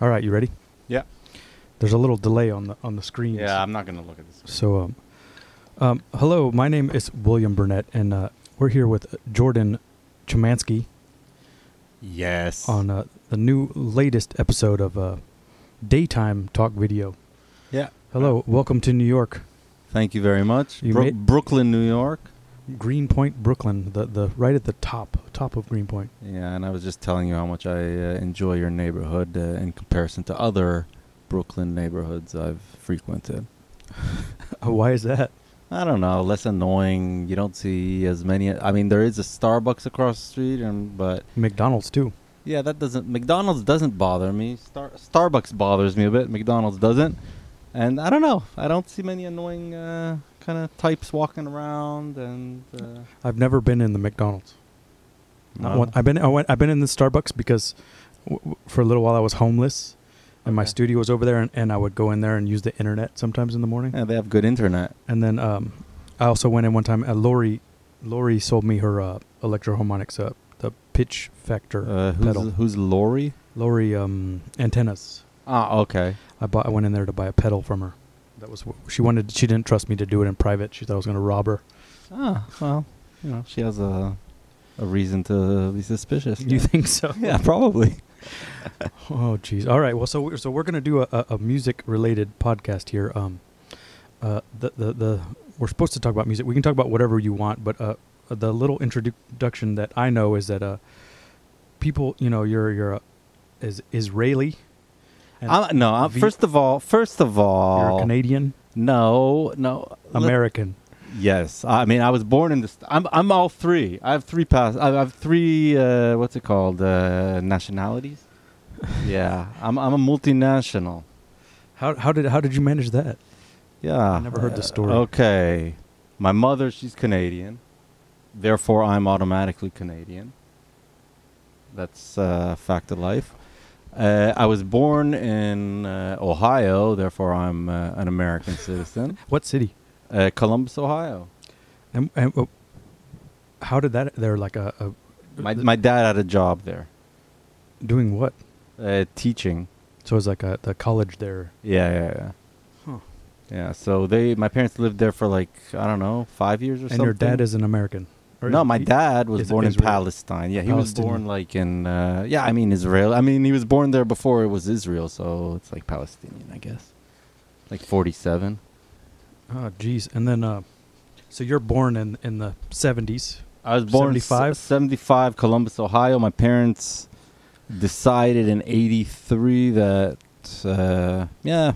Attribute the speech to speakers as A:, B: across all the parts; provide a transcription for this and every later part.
A: All right, you ready?
B: Yeah.
A: There's a little delay on the on the screen.
B: Yeah, I'm not gonna look at this.
A: So, um, um, hello, my name is William Burnett, and uh, we're here with Jordan Chemansky
B: Yes.
A: on uh, the new latest episode of uh, Daytime Talk Video.
B: yeah.
A: Hello, welcome to New York,
B: Thank you very much.
A: You
B: Bro-
A: ma-
B: Brooklyn, New York.
A: Greenpoint, Brooklyn, the the right at the top top of Greenpoint.
B: Yeah, and I was just telling you how much I uh, enjoy your neighborhood uh, in comparison to other Brooklyn neighborhoods I've frequented.
A: Why is that?
B: I don't know, less annoying. You don't see as many. I mean, there is a Starbucks across the street, and but
A: McDonald's too.
B: Yeah, that doesn't. McDonald's doesn't bother me. Star- Starbucks bothers me a bit. McDonald's doesn't. And I don't know. I don't see many annoying uh, kind of types walking around. And uh,
A: I've never been in the McDonald's. Not
B: no.
A: one. I've been I went, I've been in the Starbucks because w- w- for a little while I was homeless, and my
B: Okay.
A: studio was over there, and, and I would go in there and use the internet sometimes in the morning.
B: Yeah, they have good internet.
A: And then um, I also went in one time. Uh, Lori, Lori sold me her uh, electroharmonics, uh, the pitch factor
B: Uh,
A: pedal.
B: who's who's Lori?
A: Lori um, antennas.
B: Ah, okay.
A: I bought. I went in there to buy a pedal from her. That was wh- she wanted. She didn't trust me to do it in private. She thought I was going to rob her.
B: Ah, well, you know, she has a a reason to be suspicious.
A: You think so?
B: Yeah, probably.
A: Oh, geez. All right. Well, so we're, so we're gonna do a, a, a music related podcast here. Um, uh, the, the the we're supposed to talk about music. We can talk about whatever you want, but uh, the little introduction that I know is that uh, people, you know, you're you're uh, is Israeli, and
B: I'm, no, I'm,
A: V-
B: first of all, first of all,
A: you're Canadian,
B: No, no, let-
A: American.
B: Yes, I mean I was born in this. I'm I'm all three. I have three pass. I have three. Uh, what's it called? Uh, nationalities. yeah, I'm I'm a multinational.
A: How how did how did you manage that?
B: Yeah,
A: I never heard the story.
B: Okay, my mother she's Canadian, therefore I'm automatically Canadian. That's uh, fact of life. Uh, I was born in uh, Ohio, therefore I'm uh, an American citizen.
A: What city?
B: Uh, Columbus, Ohio.
A: And, and uh, how did that? They're like a, a
B: My my dad had a job there.
A: doing what?
B: Uh, teaching.
A: So it's like a the college there.
B: Yeah, yeah, yeah.
A: Huh.
B: Yeah. So they, my parents lived there for like I don't know, five years or
A: And
B: something.
A: your dad is an American. Or
B: no,
A: is-
B: my
A: he-
B: dad was
A: is
B: born in
A: Israel. Oh,
B: Palestine. Yeah, he was born
A: Palestinian.
B: like in. Uh, yeah, I mean Israel. I mean he was born there before it was Israel, so it's like Palestinian, I guess. Like forty-seven.
A: Oh, geez. And then, uh, so you're born in in the '70s.
B: I was born
A: 75?
B: Seventy-five, Columbus, Ohio. My parents decided in '83 that uh, yeah,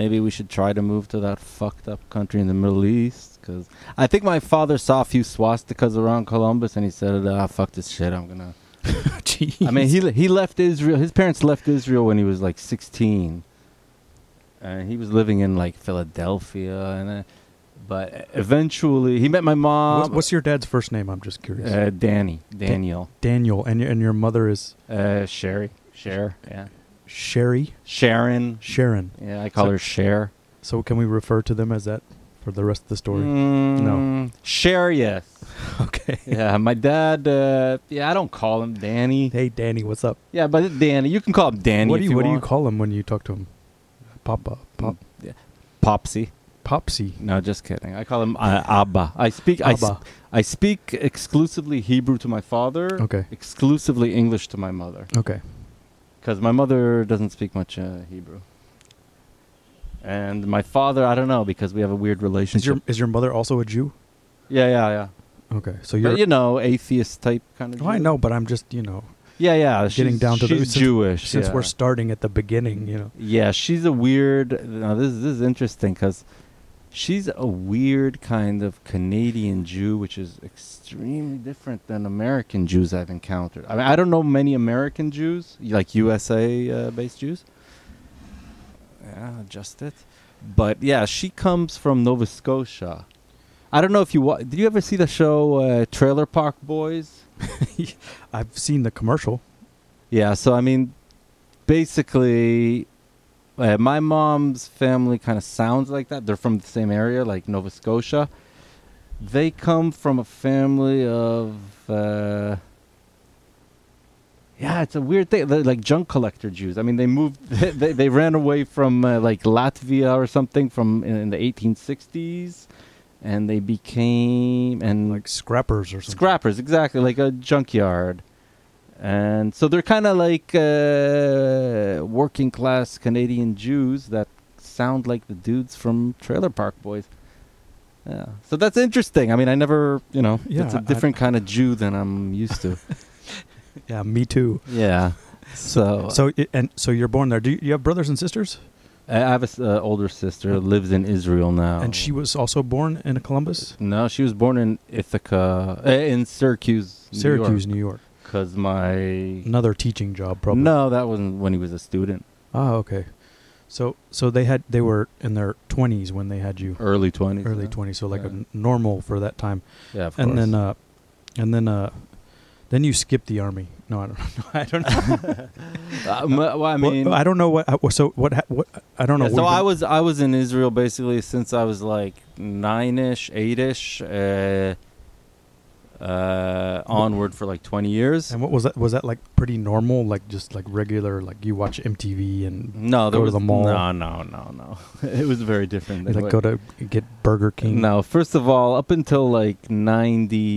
B: maybe we should try to move to that fucked up country in the Middle East. Cause I think my father saw a few swastikas around Columbus, and he said, "Ah, fuck this shit. I'm gonna."
A: Geez.
B: I mean, he he left Israel. His parents left Israel when he was like 16, and he was living in like Philadelphia. And uh, but eventually, he met my mom.
A: what's, what's your dad's first name? I'm just curious.
B: um, uh, Danny, Daniel,
A: Daniel, and your, and your mother is
B: Uh, Sherry. Cher. Yeah.
A: Sherry
B: Sharon.
A: Sharon.
B: Yeah, I call
A: So-
B: her Cher.
A: So can we refer to them as that for the rest of the story?
B: Mm, Cher, yes.
A: Okay.
B: Yeah, my dad. Uh, yeah, I don't call him Danny.
A: Hey, Danny, what's up?
B: Yeah, but it's Danny. You can call him Danny.
A: what do
B: if
A: you, what do you
B: want. Mm.
A: call him when you talk to him? Papa, pop,
B: Yeah. Popsy.
A: popsy.
B: No, just kidding. I call him uh, Abba. I speak. I,
A: Abba.
B: sp- I speak exclusively Hebrew to my father.
A: Okay.
B: Exclusively English to my mother,
A: Okay.
B: because my mother doesn't speak much uh, Hebrew. And my father, I don't know, because we have a weird relationship.
A: Is your is your mother also a Jew?
B: yeah, yeah, yeah.
A: Okay. So
B: But,
A: you're.
B: you know, atheist type kind of.
A: Oh, I
B: Jew.
A: know, but I'm just you know
B: Yeah, yeah.
A: Getting
B: she's-
A: down to the-
B: she's
A: since-
B: Jewish.
A: since
B: yeah.
A: we're starting at the beginning, you know.
B: Yeah, she's a weird. Now this this is interesting because she's a weird kind of Canadian Jew, which is extremely different than American Jews I've encountered. I mean, I don't know many American Jews, like USA uh, based Jews. Yeah, just it. But yeah, she comes from Nova Scotia. I don't know if you wa- did you ever see the show uh, Trailer Park Boys?
A: I've seen the commercial.
B: Yeah, so I mean, basically, uh, my mom's family kind of sounds like that. They're from the same area, like Nova Scotia. They come from a family of uh, Yeah, it's a weird thing. They're like junk collector Jews. I mean, they moved. They, they, they ran away from uh, like Latvia or something from in, in the 1860s, and they became and
A: Like scrappers or something.
B: scrappers exactly like a junkyard and so they're kind of like uh, working class canadian jews that sound like the dudes from trailer park boys yeah so that's interesting i mean i never you know
A: Yeah,
B: it's a
A: I-
B: different kind of jew than i'm used to
A: Yeah, me too.
B: yeah so,
A: So i- and so you're born there. Do you, you have brothers and sisters?
B: i I have an uh, older sister who lives in israel now
A: And she was also born in Columbus,
B: no she was born in ithaca uh, in syracuse
A: Syracuse, New York.
B: because my
A: Another teaching job, probably.
B: no that wasn't when he was a student
A: Ah, okay. So so they had they were in their 20s when they had you.
B: early 20s
A: Early
B: yeah.
A: 20s, so like a
B: Yeah.
A: n- normal for that time.
B: yeah of
A: and
B: course.
A: then uh and then uh then you skip the army. No, I don't know. I don't know.
B: Uh, m- well, I mean,
A: Well, I don't know what. I- So what? ha- What? I don't know.
B: yeah,
A: We've
B: so I
A: been-
B: was I was in Israel basically since I was like nine ish, eight ish, uh, uh, onward for like twenty years.
A: And what was that? Was that like pretty normal? Like just like regular? Like you watch MTV and
B: No, there
A: go to
B: was
A: the mall?
B: No, no, no, no. it was very different.
A: you,
B: than
A: like
B: what-
A: go to get Burger King?
B: No, first of all, up until like ninety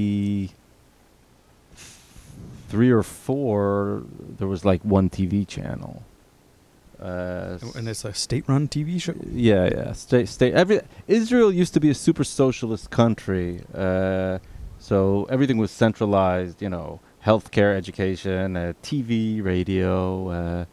B: three or four, there was like one TV channel. Uh,
A: And it's a state-run TV show.
B: Yeah, yeah. State, state. Every Israel used to be a super socialist country, uh, so everything was centralized. You know, healthcare, education, uh, TV, radio, uh,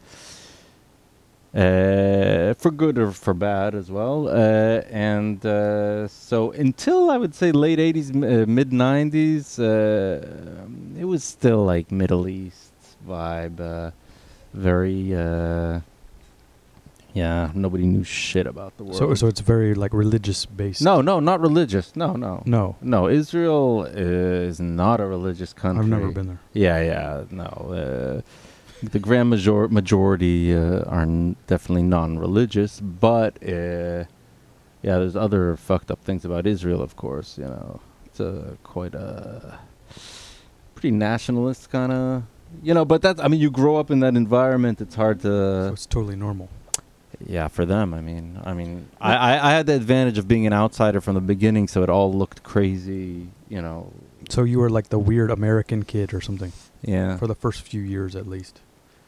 B: uh, for good or for bad as well. Uh, and uh, so until I would say late '80s, m- uh, mid '90s, uh, um, it was still like Middle East vibe, uh, very. Uh, yeah, nobody knew shit about the world.
A: So so it's very like religious based.
B: no, no, not religious. No, no,
A: no,
B: no. Israel is not a religious country.
A: I've never been there.
B: Yeah, yeah, no. Uh, the grand major- majority uh, are n- definitely non-religious, but uh, yeah, there's other fucked up things about Israel, of course. You know, it's a quite a pretty nationalist kind of. You know, but that's, I mean, you grow up in that environment, it's hard
A: so
B: to.
A: it's totally normal.
B: Yeah, for them. I mean, I mean, I, I, I had the advantage of being an outsider from the beginning, so it all looked crazy, you know.
A: So you were like the weird American kid or something
B: Yeah.
A: for the first few years at least.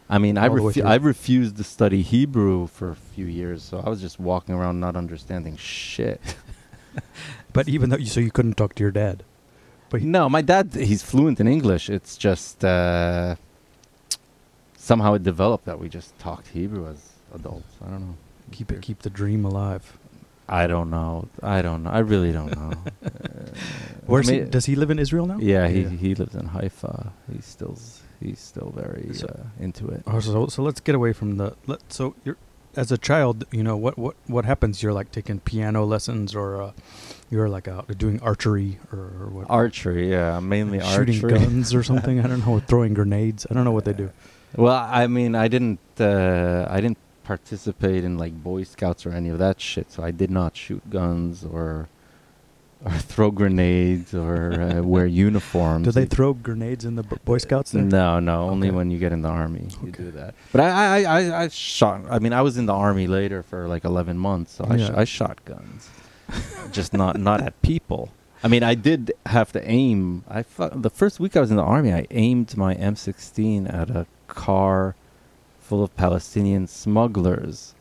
B: I mean, I,
A: All the way
B: refu-
A: through.
B: I refused to study Hebrew for a few years, so I was just walking around not understanding shit.
A: But even though you, so you couldn't talk to your dad. But he-
B: no, my dad, he's fluent in English. It's just uh, somehow it developed that we just talked Hebrew as adults. I don't know.
A: Keep it, keep the dream alive.
B: I don't know. I don't know. I really don't know. Uh,
A: Where's
B: I
A: he?
B: mean-
A: Does he live in Israel now?
B: Yeah, he,
A: Yeah.
B: he lives in Haifa. He's still s- he's still very
A: So-
B: uh, into it.
A: Oh, so so let's get away from the. Let, so you're as a child, you know what what what happens? You're like taking piano lessons, or uh, you're like out doing archery, or, or what?
B: Archery, yeah, mainly
A: shooting
B: archery.
A: guns or something. I don't know. Or throwing grenades. I don't know what they do.
B: Well, I mean, I didn't uh, I didn't participate in like Boy Scouts or any of that shit, so I did not shoot guns or or throw grenades or uh, wear uniforms.
A: Do they
B: It-
A: throw grenades in the B- Boy Scouts? There?
B: No, no. Only
A: Okay.
B: when you get in the army you
A: Okay.
B: do that. But I, I, I, I shot. I mean, I was in the army later for like eleven months, so I, sh-
A: Yeah.
B: I shot guns, just not not at people. I mean, I did have to aim. I fu- the first week I was in the army, I aimed my M16 at a car full of Palestinian smugglers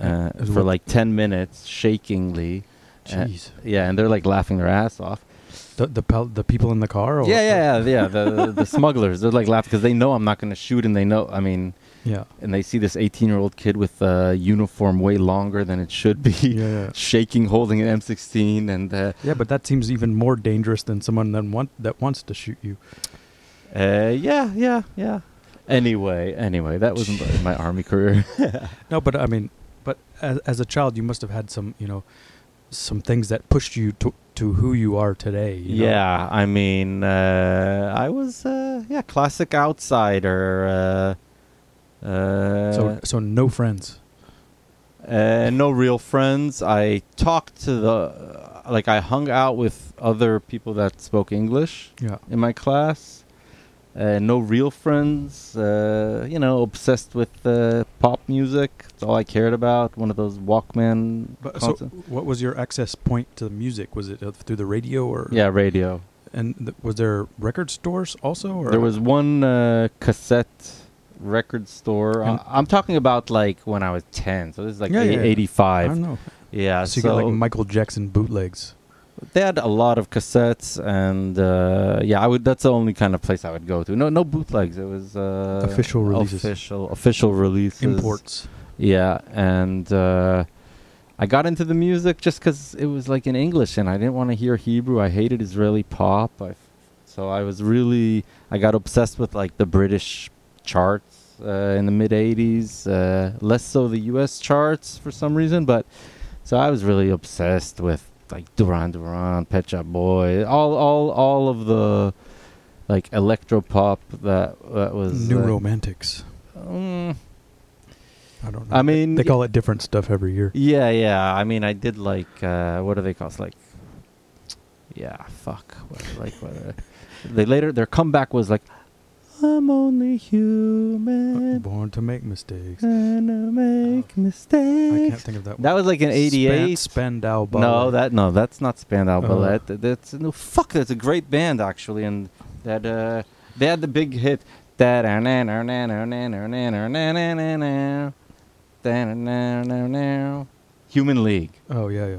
B: uh,
A: As
B: for
A: what-
B: like ten minutes, shakingly. Uh,
A: Jeez.
B: yeah, and they're like laughing their ass off.
A: The the pal- the people in the car. Or,
B: Yeah, yeah, yeah, yeah. The the- the smugglers they're like laughing because they know I'm not going to shoot, and they know. I mean,
A: yeah.
B: and they see this 18 year old kid with a uniform way longer than it should be,
A: Yeah. Yeah.
B: shaking, holding an M16, and uh,
A: Yeah, but that seems even more dangerous than someone that want that wants to shoot you.
B: uh, yeah, yeah, yeah. Anyway, anyway, that was my- my army career.
A: No, but I mean, but as, as a child, you must have had some, you know, some things that pushed you to to who you are today. you know?
B: Yeah, I mean, uh, I was uh, yeah, classic outsider. Uh, uh,
A: So so no friends.
B: Uh, no real friends. I talked to the, like I hung out with other people that spoke English
A: Yeah.
B: in my class. uh, no real friends, uh, you know, obsessed with uh, pop music. It's all I cared about. One of those Walkman.
A: But so,
B: console-
A: what was your access point to the music? Was it uh, through the radio or?
B: yeah, radio.
A: And th- was there record stores also? Or
B: There was one uh, cassette record store.
A: And-
B: I, I'm talking about like when I was 10, so this is like
A: Yeah,
B: eight-
A: yeah, yeah. I
B: 85.
A: don't know.
B: yeah,
A: so
B: Uh, so,
A: you got like Michael Jackson bootlegs.
B: they had a lot of cassettes, and uh, yeah, I would. That's the only kind of place I would go to. No, no bootlegs. It was uh,
A: Official releases.
B: Official, official releases.
A: Imports.
B: Yeah, and uh, I got into the music just because it was like in English, and I didn't want to hear Hebrew. I hated Israeli pop. I f so I was really I got obsessed with like the British charts uh, in the mid '80s, uh, less so the U.S. charts for some reason. But so I was really obsessed with like Duran Duran, Pet Shop Boy, all all all of the like electro pop that that was
A: New
B: uh,
A: Romantics.
B: mm,
A: I don't know. They-
B: I mean,
A: they
B: y-
A: call it different stuff every year.
B: Yeah, yeah. I mean, I did like uh, what do they call it? Like, yeah, fuck. What, like, what, uh, they later their comeback was like, I'm only human
A: Born to make mistakes.
B: and I make
A: I can't
B: mistakes.
A: think of that.
B: That
A: one.
B: was like an
A: Span-
B: '88.
A: Spandau Ballet.
B: No, that no, that's not Spandau
A: Oh.
B: Ballet. Th- That's no fuck. That's a great band actually, and that uh, they had the big hit. That Human League.
A: Oh yeah, yeah.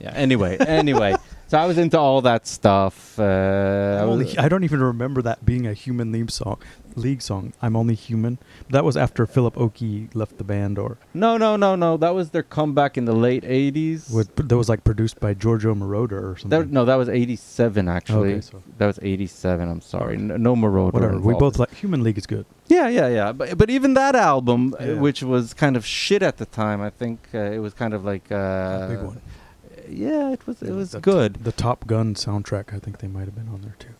B: Yeah. Anyway, anyway, so I was into all that stuff. Uh, I
A: I'm
B: was-
A: only- I don't even remember that being a human league song. League song. I'm only human. That was after Philip Oakey left the band, or
B: no, no, no, no. That was their comeback in the late '80s.
A: with, that was like produced by Giorgio Moroder or something.
B: That- no, that was '87 actually.
A: Okay, so-
B: That was '87. I'm sorry. No, no Marauder.
A: Whatever. We
B: involved.
A: both like Human League is good.
B: Yeah, yeah, yeah. But but even that album, uh
A: Yeah.
B: which was kind of shit at the time, I think uh, it was kind of like uh,
A: Big one.
B: Yeah, it was.
A: Big
B: It
A: one.
B: was
A: The t-
B: good.
A: The Top Gun soundtrack. I think they might have been on there too.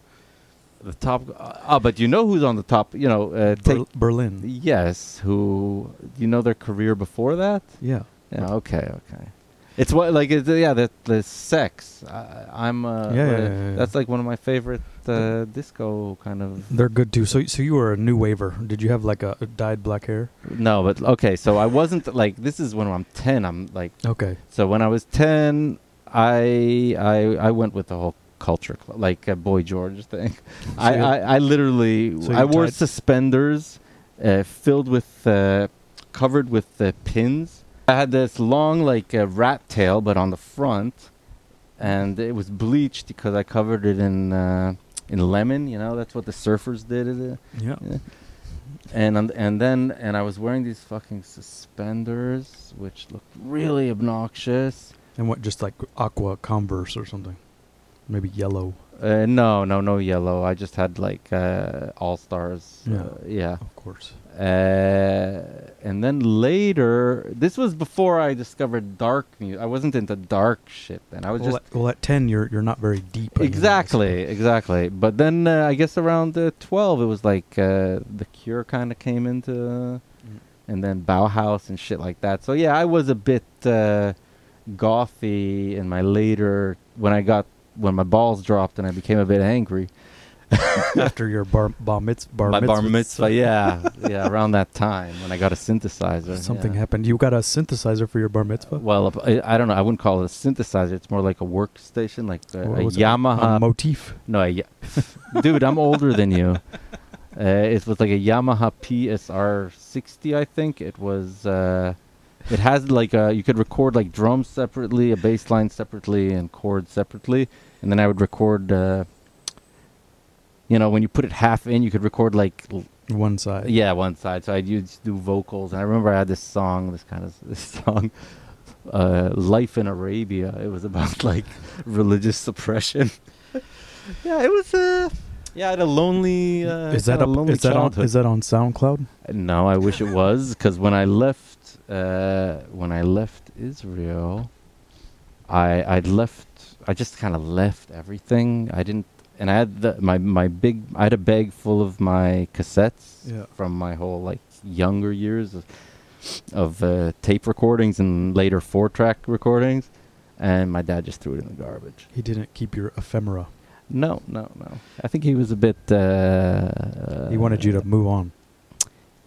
B: The top. Uh, but you know who's on the top? You know, uh, take
A: Ber- Berlin.
B: yes. Who you know their career before that?
A: Yeah.
B: Yeah. Oh, Okay. Okay. It's what like it's, yeah the the sex. I, I'm uh,
A: Yeah, yeah,
B: uh,
A: yeah, yeah, yeah.
B: That's like one of my favorite uh, disco kind of.
A: They're good too. So, so you were a new waiver. Did you have like a dyed black hair?
B: No, but okay. So I wasn't like this is when I'm ten. I'm like
A: Okay.
B: So when I was ten, I I I went with the whole culture club, like a Boy George thing. I,
A: you-
B: I I literally
A: So
B: I
A: you
B: wore
A: tied-
B: suspenders uh, filled with uh, covered with uh, pins. I had this long like uh, rat tail, but on the front, and it was bleached because I covered it in uh, in lemon. You know that's what the surfers did. It,
A: Yeah.
B: yeah. And on- and then and I was wearing these fucking suspenders, which looked really obnoxious.
A: And what, just like aqua converse or something? Maybe yellow,
B: Uh, no, no, no yellow. I just had like uh, all stars.
A: Yeah.
B: Uh, yeah.
A: of course.
B: Uh, and then later, this was before I discovered dark music. I wasn't into dark shit then. I was
A: well,
B: just
A: at, well, at 10, you're, you're not very deep. in your
B: exactly,
A: music.
B: exactly. But then uh, I guess around uh, twelve, it was like uh, the Cure kind of came into.
A: Mm.
B: and then Bauhaus and shit like that. So yeah, I was a bit uh, gothy in my later when I got when my balls dropped and I became a bit angry.
A: After your bar, bar, mitz, bar
B: my
A: mitzvah.
B: bar mitzvah, yeah, yeah, around that time when I got a synthesizer.
A: Something
B: yeah.
A: happened. You got a synthesizer for your bar mitzvah?
B: Well, I, I don't know. I wouldn't call it a synthesizer. It's more like a workstation, like a,
A: What
B: uh, a
A: was it?
B: Yamaha.
A: a motif.
B: no, a, Ya- dude, I'm older than you. Uh, it was like a Yamaha PSR 60, I think. It was. Uh, it has like a you could record like drums separately, a bass line separately, and chords separately, and then I would record. Uh, you know, when you put it half in, you could record like l-
A: One side.
B: yeah, one side. So I'd use do vocals, and I remember I had this song, this kind of this song, uh, "Life in Arabia." It was about like religious suppression. yeah, it was. Uh, yeah, I had a lonely. Uh,
A: Is that,
B: kinda
A: up,
B: lonely
A: is, that on,
B: childhood.
A: is that on SoundCloud?
B: No, I wish it was because when I left, uh, when I left Israel, I I left. I just kind of left everything. I didn't, and I had the, my my big. I had a bag full of my cassettes
A: Yeah.
B: from my whole like younger years of, of uh, tape recordings and later four track recordings, and my dad just threw it in the garbage.
A: He didn't keep your ephemera.
B: No, no, no. I think he was a bit. Uh,
A: he wanted you to move on.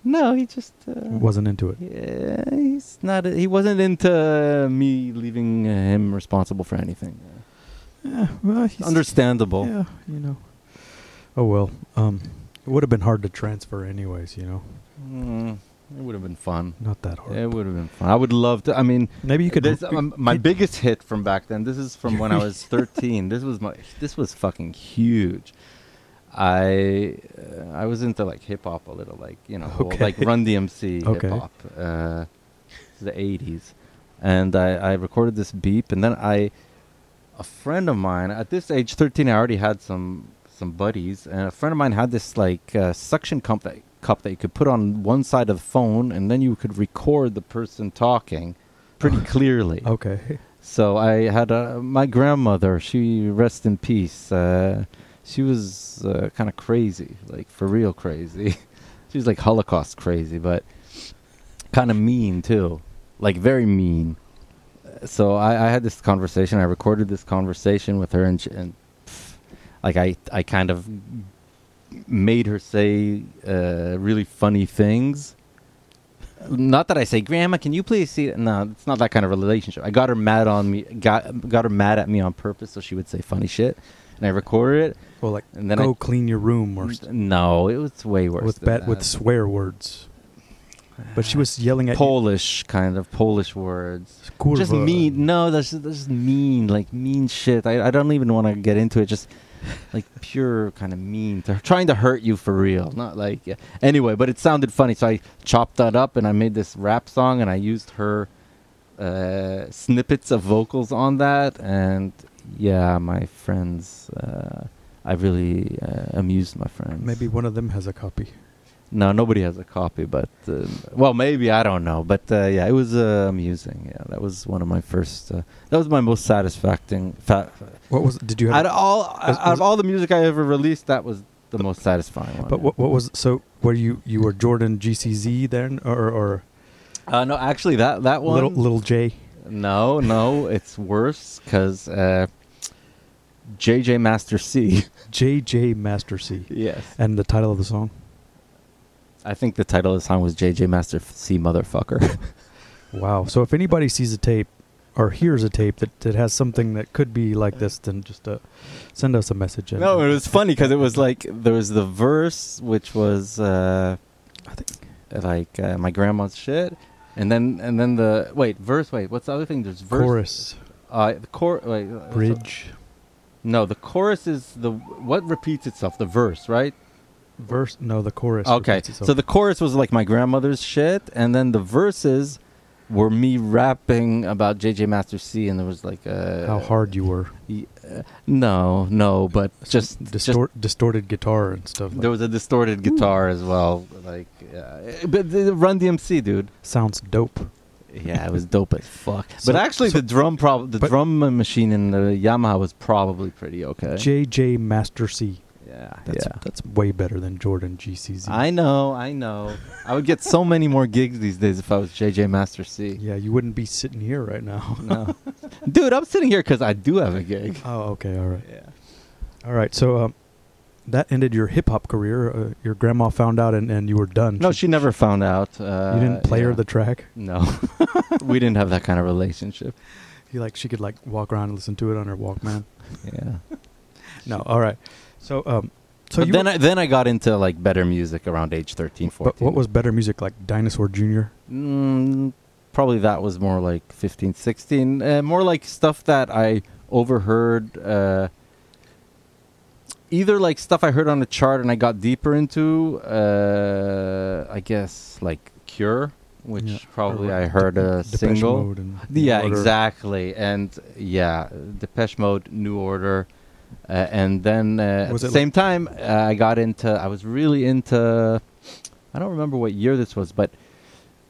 B: No, he just uh,
A: Wasn't into it.
B: Yeah, he's not. he wasn't into me leaving him responsible for anything.
A: Yeah, well, he's
B: Understandable.
A: Yeah, you know. Oh well. Um, it would have been hard to transfer, anyways. You know,
B: Mm, it would have been fun.
A: not that hard.
B: It would have been fun. I would love to. I mean,
A: Maybe you could.
B: This,
A: you
B: um, my
A: could-
B: biggest hit from back then. This is from when I was 13. This was my. This was fucking huge. I uh, I was into like hip hop a little, like you know, whole- like
A: Okay.
B: Run DMC
A: Okay.
B: hip hop. Uh, the 80s, and I, I recorded this beep, and then I, a friend of mine at this age, 13, I already had some some buddies, and a friend of mine had this like uh, suction cup that cup that you could put on one side of the phone, and then you could record the person talking pretty clearly.
A: Oh, Okay.
B: So I had a, my grandmother. She rest in peace. Uh, she was uh, kind of crazy, like for real crazy. she was like Holocaust crazy, but kind of mean too, like very mean. Uh, So I, I had this conversation. I recorded this conversation with her, and, sh and pff, like I, I kind of made her say uh, really funny things. Not that I say, Grandma, can you please see? it?" No, it's not that kind of relationship. I got her mad on me, got got her mad at me on purpose, so she would say funny shit, and I recorded it.
A: Well, like
B: And then I-
A: go clean your room or st-
B: No, it was way worse.
A: with
B: than
A: bat with
B: that.
A: swear words. But she was yelling at you.
B: Polish kind of Polish words.
A: Kurwa.
B: Just mean. No, that's just, that's just mean, like mean shit. I, I don't even want to get into it. Just like pure kind of mean. They're trying to hurt you for real. Not like yeah. anyway. But it sounded funny, so I chopped that up and I made this rap song and I used her uh, snippets of vocals on that. And yeah, my friends. Uh, I really uh, amused my friends.
A: Maybe one of them has a copy.
B: No, nobody has a copy, but uh, well, maybe I don't know, but uh, yeah, it was uh, amusing. Yeah, that was one of my first. Uh, that was my most satisfying. Fa-
A: What was? Did you
B: out
A: have?
B: of all
A: was-
B: out of all the music I ever released, that was the most satisfying one.
A: But
B: yeah.
A: what? What was? So were you? You were Jordan GCZ then, or or
B: Uh, no, actually, that that one.
A: little little J?
B: no, no, it's worse because uh, JJ Master C.
A: JJ Master C.
B: yes,
A: And the title of the song?
B: I think the title of the song was JJ Master C motherfucker.
A: Wow. So if anybody sees a tape or hears a tape that, that has something that could be like this, then just uh, send us a message. and-
B: no, it was funny because it was like there was the verse which was. Uh,
A: I think
B: like uh, my grandma's shit, and then and then the wait verse wait what's the other thing? There's verse
A: chorus,
B: uh, the chor wait uh, so-
A: bridge,
B: no, the chorus is the what repeats itself. The verse right?
A: verse. No, the chorus.
B: Okay,
A: repeats itself.
B: so the chorus was like my grandmother's shit, and then the verses were me rapping about JJ Master C, and there was like uh,
A: how hard you were.
B: y- uh, no, no, but just just
A: Distort, distorted guitar and stuff. Like,
B: there was a distorted guitar as well, like uh, but the Run DMC dude.
A: sounds dope.
B: Yeah, it was dope as fuck.
A: So-
B: but actually,
A: so-
B: the drum prob- the
A: but-
B: drum uh, machine in the Yamaha was probably pretty okay.
A: JJ Master C.
B: yeah,
A: That's,
B: yeah.
A: that's way better than Jordan GCZ.
B: I know, I know. I would get so many more gigs these days if I was JJ Master C.
A: yeah, you wouldn't be sitting here right now.
B: No, dude, I'm sitting here because I do have a gig.
A: oh, okay, all right.
B: Yeah.
A: All right, so um, that ended your hip hop career. Uh, your grandma found out, and, and you were done.
B: No, she never found out. Uh,
A: you didn't play her
B: yeah.
A: the track.
B: No, we didn't have that kind of relationship.
A: You like she could like walk around and listen to it on her Walkman.
B: Yeah.
A: No, all right. So um, so
B: but
A: you
B: then
A: were-
B: I then I got into like better music around age 13, 14.
A: but what was better music like Dinosaur Jr.
B: Mm, probably that was more like 15, 16. Uh, more like stuff that I overheard. Uh, either like stuff I heard on a chart and I got deeper into. Uh, I guess like Cure, which
A: Yeah.
B: probably
A: Or
B: I heard
A: Dep-
B: a
A: Depeche
B: single.
A: Mode and
B: Yeah,
A: Order.
B: exactly. And yeah, Depeche Mode, New Order. Uh, and then uh, at
A: Was
B: the
A: it
B: same time, uh, I got into, I was really into, I don't remember what year this was, but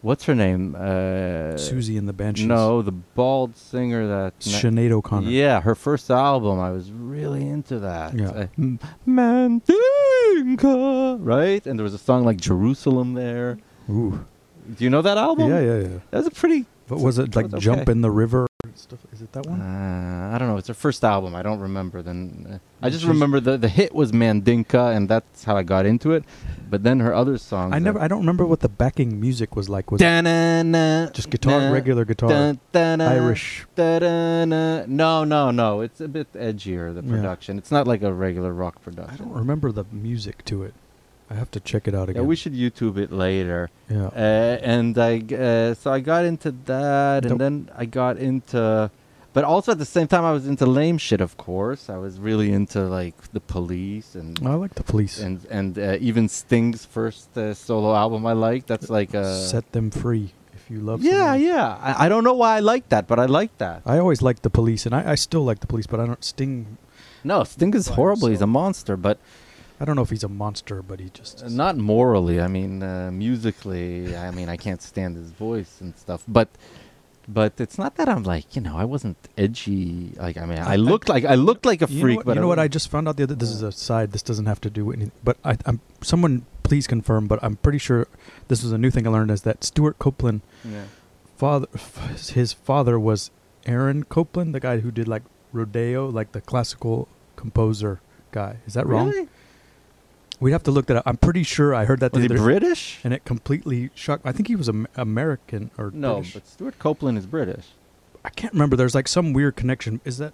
B: what's her name? Uh,
A: Susie and the Banshees.
B: No, the bald singer that.
A: Sinead O'Connor.
B: Yeah, her first album. I was really into that.
A: Yeah. Mm.
B: Uh, M- Mandinka, right? And there was a song like Jerusalem there.
A: Ooh.
B: Do you know that album?
A: Yeah, yeah, yeah.
B: That was a pretty
A: But was it
B: That
A: like
B: was okay.
A: Jump in the River stuff. Is it that one?
B: Uh, I don't know. It's her first album. I don't remember. Then uh, I just
A: She's-
B: remember the the hit was Mandinka, and that's how I got into it. But then her other songs.
A: I never. I don't remember what the backing music was like. Was it
B: da
A: just guitar, regular guitar, Irish?
B: Da-da-na. No, no, no. It's a bit edgier, the
A: Yeah.
B: production. It's not like a regular rock production.
A: I don't remember the music to it. I have to check it out
B: Yeah,
A: again.
B: we should YouTube it later.
A: Yeah.
B: Uh, and I, g- uh, so I got into that,
A: Don't-
B: and then I got into, but also at the same time, I was into lame shit, of course. I was really into like the police and.
A: I like the police.
B: And and uh, even Sting's first uh, solo album I like. That's like a
A: Set them free if you love.
B: uh, yeah
A: someone.
B: yeah. I, I don't know why I like that, but I like that.
A: I always liked the police, and I, I still like the police, but I don't Sting.
B: No, Sting is
A: By
B: horrible. He's a
A: himself.
B: monster, but
A: I don't know if he's a monster, but he just
B: Uh, Not morally. I mean, uh, musically. I mean, I can't stand his voice and stuff. But, but it's not that I'm like you know I wasn't edgy. Like I mean,
A: I-
B: I
A: I-
B: looked like I looked like a
A: you
B: freak.
A: Know what,
B: but
A: you know what? I
B: wasn't.
A: just found out the other. This is
B: Yeah.
A: a side. This doesn't have to do with anything. But I, I'm someone please confirm. But I'm pretty sure this was a new thing I learned is that Stuart Copeland
B: Yeah.
A: father, f- his father was Aaron Copeland, the guy who did like rodeo, like the classical composer guy. Is that wrong?
B: Really?
A: We'd have to look that up. I'm pretty sure I heard that the
B: Was he
A: other-
B: British?
A: and it completely shocked. I think he was Am- American or
B: No,
A: British.
B: but Stuart Copeland is British.
A: I can't remember. There's like some weird connection. Is that?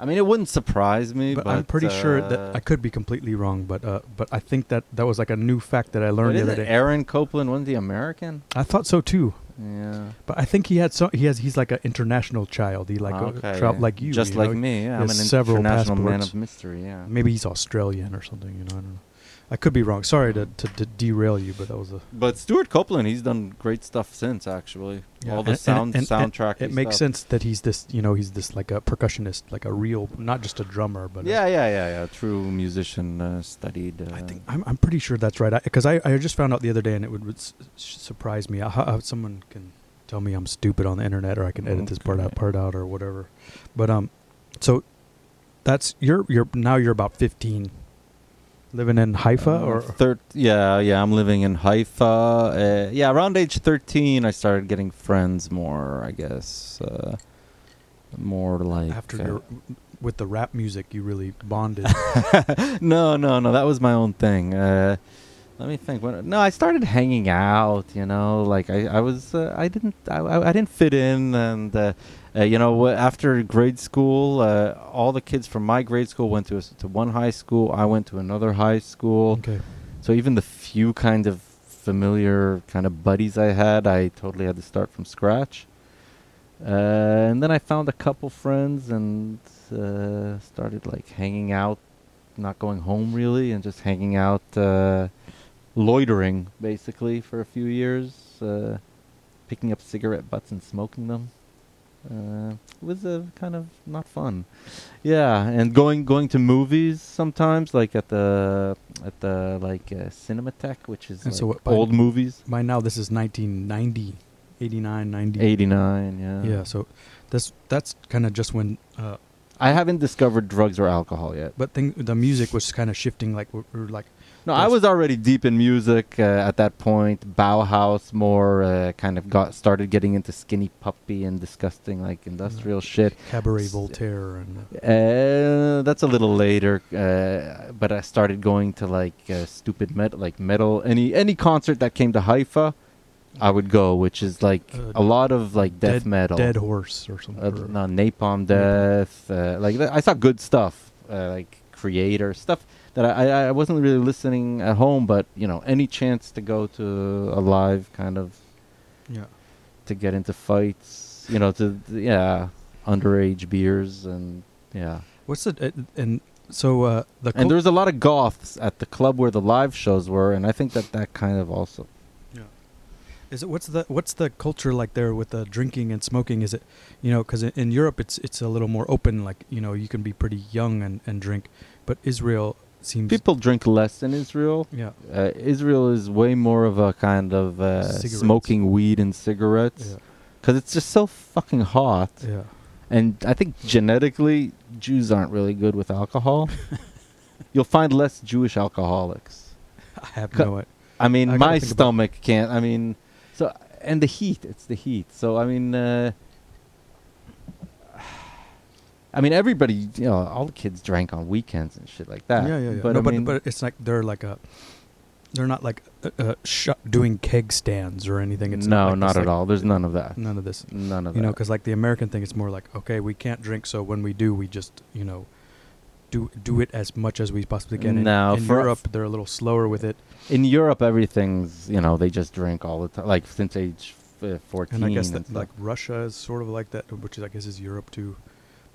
B: I mean, it wouldn't surprise me. But,
A: But, I'm pretty sure
B: uh,
A: that I could be completely wrong. But uh, but I think that that was like a new fact that I
B: but
A: learned the
B: isn't
A: other day.
B: Aaron Copeland wasn't he American?
A: I thought so too.
B: Yeah.
A: But I think he had so he has he's like an international child. He like
B: Okay,
A: a, tra-
B: yeah.
A: like you,
B: just
A: you
B: like
A: know?
B: me. Yeah,
A: he
B: I'm
A: has
B: an
A: several
B: international man
A: passports.
B: of mystery. Yeah.
A: Maybe he's Australian or something. You know, I don't know. I could be wrong. Sorry to, to, to derail you, but that was a
B: But Stuart Copeland, he's done great stuff since actually.
A: Yeah,
B: All the
A: and-
B: sound
A: and- and-
B: soundtrack.
A: It makes sense that he's this. You know, he's this like a percussionist, like a real, not just a drummer, but a-
B: Yeah, yeah, yeah, yeah. True musician uh, studied. Uh,
A: I think I'm, I'm pretty sure that's right because I, I, just found out the other day and it would, would s- s- surprise me how, how someone can tell me I'm stupid on the internet or I can edit this part out
B: Okay.
A: part out or whatever but um so that's you're you're now you're about 15 living in Haifa
B: uh,
A: or
B: thir- yeah, yeah. I'm living in Haifa. Uh, yeah, around age 13, I started getting friends more. I guess uh, more like
A: after
B: uh,
A: your with the rap music you really bonded
B: no, no, no. That was my own thing. Uh, let me think. When, no, I started hanging out. You know, like I, I was, uh, I didn't, I, I, I didn't fit in, and uh, uh, you know, wh- after grade school, uh, all the kids from my grade school went to a s to one high school. I went to another high school.
A: okay
B: So even the few kind of familiar kind of buddies I had, I totally had to start from scratch. Uh, and then I found a couple friends and uh, started like hanging out, not going home really, and just hanging out, uh, loitering basically for a few years, uh, picking up cigarette butts and smoking them. Uh, it was uh, kind of not fun. Yeah, and going going to movies sometimes, like at the at the like uh, Cinematheque, which is
A: And so
B: like
A: what, by-
B: old movies.
A: by now this is 1990 89 90
B: Eighty nine. Yeah.
A: yeah so that's that's kind of just when uh
B: I haven't discovered drugs or alcohol yet.
A: but thing the music was kind of shifting like we're, we're like
B: No, I
A: Yes.
B: was already deep in music uh, at that point. Bauhaus more uh, kind of got started getting into skinny puppy and disgusting like industrial shit.
A: Cabaret
B: S-
A: Voltaire and
B: Uh, that's a little later, uh, but I started going to like uh, stupid metal, like metal. Any any concert that came to Haifa, I would go, which is like
A: Uh,
B: a lot of like death
A: Dead-
B: metal,
A: Dead Horse or something.
B: uh,
A: or-
B: no, Napalm Death. Uh, like th- I saw good stuff, uh, like Creator stuff that I, I I wasn't really listening at home, but you know, any chance to go to a live kind of
A: Yeah.
B: to get into fights, you know, to yeah, underage beers and yeah.
A: What's the uh, and so uh, the
B: And
A: cult-
B: there was a lot of goths at the club where the live shows were, and I think that that kind of also.
A: is it what's the what's the culture like there with the drinking and smoking? Is it you know because in, in Europe it's it's a little more open like you know you can be pretty young and, and drink, but Israel seems
B: People drink less in Israel.
A: yeah
B: Uh, Israel is way more of a kind of uh,
A: Cigarettes.
B: smoking weed and cigarettes
A: yeah
B: because it's just so fucking hot.
A: yeah
B: And I think genetically, Jews aren't really good with alcohol. You'll find less Jewish alcoholics.
A: I have
B: Cu-
A: no it
B: I mean,
A: I gotta
B: my
A: think about-
B: stomach can't. I mean, so and the heat. It's the heat. So I mean, uh, I mean, everybody, you know, all the kids drank on weekends and shit like that.
A: yeah, yeah, yeah.
B: But
A: no,
B: I
A: but,
B: mean,
A: but it's like they're like a, they're not like uh, uh, sh- doing keg stands or anything. It's
B: no,
A: like
B: not
A: this,
B: at
A: like,
B: all. There's none of that.
A: None of this.
B: None of
A: You know,
B: that.
A: because like the American thing, it's more like okay, we can't drink, so when we do, we just you know, do do it as much as we possibly can. In-
B: No,
A: in
B: for-
A: Europe, they're a little slower with it,
B: in Europe, everything's you know they just drink all the time, like since age f- fourteen.
A: and I guess that
B: stuff.
A: like Russia is sort of like that, which is, I guess is Europe too.